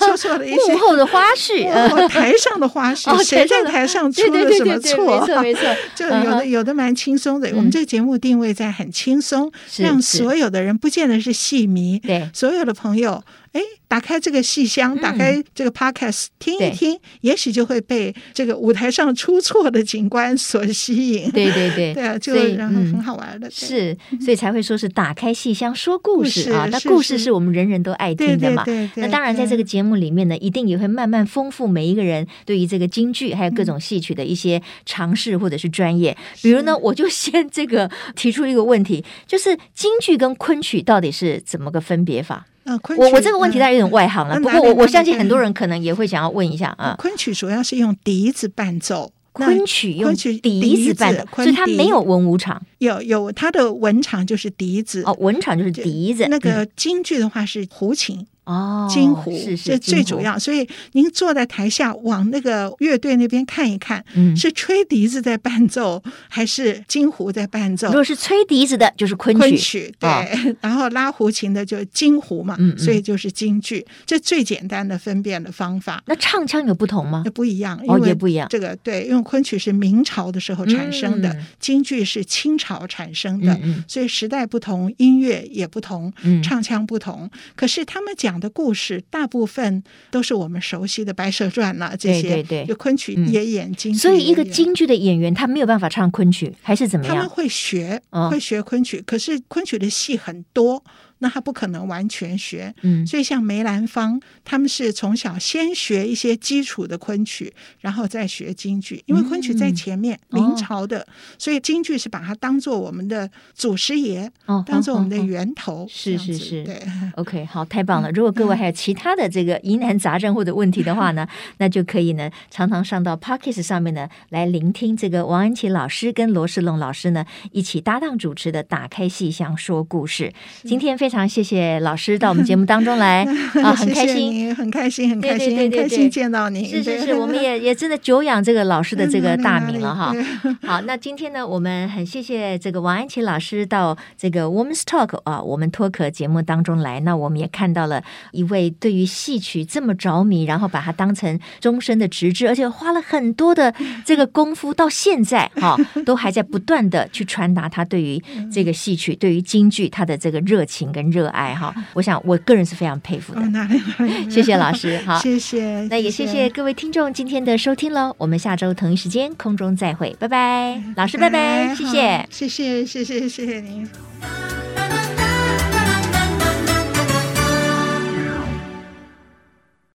[SPEAKER 2] 出错 的一些
[SPEAKER 1] 幕后的花絮，呃
[SPEAKER 2] 幕后台上的花
[SPEAKER 1] 哦
[SPEAKER 2] 絮，谁
[SPEAKER 1] 台上
[SPEAKER 2] 在
[SPEAKER 1] 的
[SPEAKER 2] 台上出
[SPEAKER 1] 对对
[SPEAKER 2] 了
[SPEAKER 1] 对
[SPEAKER 2] 什
[SPEAKER 1] 对对，没
[SPEAKER 2] 么
[SPEAKER 1] 错没错，
[SPEAKER 2] 就有
[SPEAKER 1] 嗯
[SPEAKER 2] 的
[SPEAKER 1] 哼嗯
[SPEAKER 2] 有的蛮轻松的，我们这个节目定位在很轻松，
[SPEAKER 1] 是
[SPEAKER 2] 让
[SPEAKER 1] 是
[SPEAKER 2] 所有的人不见得是戏迷，
[SPEAKER 1] 对
[SPEAKER 2] 所有的朋友，哎，打开这个戏箱，
[SPEAKER 1] 嗯
[SPEAKER 2] 打开这个 podcast 听
[SPEAKER 1] 对
[SPEAKER 2] 一听，也许就会被这个舞台上出错的景观所吸引。
[SPEAKER 1] 对对对
[SPEAKER 2] 对啊，就
[SPEAKER 1] 所以
[SPEAKER 2] 然后
[SPEAKER 1] 嗯
[SPEAKER 2] 很好玩的。对
[SPEAKER 1] 是，所以才会说是打开戏箱说故事啊。
[SPEAKER 2] 故事
[SPEAKER 1] 那
[SPEAKER 2] 是
[SPEAKER 1] 故事
[SPEAKER 2] 是
[SPEAKER 1] 是我们人人都爱
[SPEAKER 2] 对
[SPEAKER 1] 听的
[SPEAKER 2] 对
[SPEAKER 1] 嘛。
[SPEAKER 2] 对嗯对。
[SPEAKER 1] 那当然，在这个节目里面呢，一定也会慢慢丰富每一个人对于这个京剧还有各种戏曲的一些尝试或者是专业。比如呢，我就先这个提出一个问题，就是京剧跟昆曲到底是怎么个分别法？
[SPEAKER 2] 呃，昆
[SPEAKER 1] 我
[SPEAKER 2] 曲
[SPEAKER 1] 我这个问题当然有点外行了，
[SPEAKER 2] 嗯
[SPEAKER 1] 不
[SPEAKER 2] 哪
[SPEAKER 1] 过
[SPEAKER 2] 里
[SPEAKER 1] 我
[SPEAKER 2] 哪
[SPEAKER 1] 我
[SPEAKER 2] 里
[SPEAKER 1] 相信
[SPEAKER 2] 对
[SPEAKER 1] 很多人可能也会想要问一下
[SPEAKER 2] 呃
[SPEAKER 1] 啊，
[SPEAKER 2] 昆曲主要是用笛子伴奏，那
[SPEAKER 1] 昆曲用
[SPEAKER 2] 昆曲
[SPEAKER 1] 笛
[SPEAKER 2] 笛
[SPEAKER 1] 子
[SPEAKER 2] 子
[SPEAKER 1] 伴的，所
[SPEAKER 2] 昆
[SPEAKER 1] 以它没
[SPEAKER 2] 笛
[SPEAKER 1] 有文武场
[SPEAKER 2] 有有它的文场就是笛子
[SPEAKER 1] 哦，，文场就是笛子，
[SPEAKER 2] 那
[SPEAKER 1] 嗯
[SPEAKER 2] 个京剧的话是胡琴。
[SPEAKER 1] 哦，
[SPEAKER 2] 京胡，
[SPEAKER 1] 是
[SPEAKER 2] 这
[SPEAKER 1] 是
[SPEAKER 2] 最
[SPEAKER 1] 京
[SPEAKER 2] 主
[SPEAKER 1] 胡，
[SPEAKER 2] 要。所以您坐在台下往那个乐队那边看一看，
[SPEAKER 1] 嗯，
[SPEAKER 2] 是吹笛子在伴奏，还是京胡在伴奏
[SPEAKER 1] 如？果是吹笛子的，就是昆
[SPEAKER 2] 昆
[SPEAKER 1] 曲，
[SPEAKER 2] 曲对，
[SPEAKER 1] 啊
[SPEAKER 2] 然后拉胡琴的就京胡嘛，
[SPEAKER 1] 嗯嗯
[SPEAKER 2] 所以就是京剧，这最简单的分辨的方法。
[SPEAKER 1] 那唱腔有不同吗
[SPEAKER 2] 那？不一样，因
[SPEAKER 1] 哦，
[SPEAKER 2] 为
[SPEAKER 1] 也不一样。
[SPEAKER 2] 这个对，因为昆曲是明朝的时候产生的，
[SPEAKER 1] 嗯
[SPEAKER 2] 京剧是清朝产生的，
[SPEAKER 1] 嗯嗯
[SPEAKER 2] 所以时代不同，音乐也不同，
[SPEAKER 1] 嗯
[SPEAKER 2] 唱腔不同。可是他们讲的故事，大部分都是我们熟悉的《白蛇传》啦，这些
[SPEAKER 1] 对对对嗯
[SPEAKER 2] 就昆曲也演京剧、
[SPEAKER 1] 所以一个
[SPEAKER 2] 也演
[SPEAKER 1] 京剧的演员，他没有办法唱昆曲，还是怎么
[SPEAKER 2] 他们
[SPEAKER 1] 样？
[SPEAKER 2] 会学，
[SPEAKER 1] 哦
[SPEAKER 2] 会学昆曲，可是昆曲的戏很多，那他不可能完全学。
[SPEAKER 1] 嗯，
[SPEAKER 2] 所以像梅兰芳，他们是从小先学一些基础的昆曲，然后再学京剧，因为昆曲在前面，
[SPEAKER 1] 嗯
[SPEAKER 2] 明朝的，所以京剧是把它当做我们的祖师爷，
[SPEAKER 1] 哦，
[SPEAKER 2] 当做我们的
[SPEAKER 1] 哦哦
[SPEAKER 2] 源头。
[SPEAKER 1] 是
[SPEAKER 2] 这样子
[SPEAKER 1] 是是
[SPEAKER 2] 对，
[SPEAKER 1] OK，好，太棒
[SPEAKER 2] 嗯
[SPEAKER 1] 了！如果各位还有其他的这个疑难杂症或者问题的话呢， 那就可以呢常常上到 Pocket 上面呢来聆听这个王安琪老师跟罗世龙老师呢一起搭档主持的《打开戏箱说故事》。今天非常。非常谢谢老师到我们节目当中 来 啊，很开
[SPEAKER 2] 谢谢
[SPEAKER 1] 心。
[SPEAKER 2] 你，很开心，很开心，
[SPEAKER 1] 对对对
[SPEAKER 2] 很
[SPEAKER 1] 对
[SPEAKER 2] 开
[SPEAKER 1] 对
[SPEAKER 2] 心见到你。
[SPEAKER 1] 是是
[SPEAKER 2] 对
[SPEAKER 1] 是，我们也也真的久仰这个老师的这个
[SPEAKER 2] 嗯
[SPEAKER 1] 大
[SPEAKER 2] 哪里
[SPEAKER 1] 名了
[SPEAKER 2] 哪
[SPEAKER 1] 哈
[SPEAKER 2] 里。
[SPEAKER 1] 好，那今天呢，我们很谢谢这个王安琪老师到这个 Woman's Talk 啊，我们脱壳节目当中来。那我们也看到了一位对于戏曲这么着迷，然后把它当成终身的职志，而且花了很多的这个功夫，到现在哈、都还在不断的去传达他对于这个戏曲、对于京剧他的这个热情跟热爱哈、我想我个人是非常佩服的
[SPEAKER 2] 哦，。哪里哪里，
[SPEAKER 1] 谢谢老师， 好，
[SPEAKER 2] 谢谢，
[SPEAKER 1] 那也谢谢各位听众今天的收听喽，我们下周同一
[SPEAKER 2] 哎
[SPEAKER 1] 时间空中再会，拜拜，老师拜拜，谢谢
[SPEAKER 2] 好。谢谢，谢谢，谢谢您。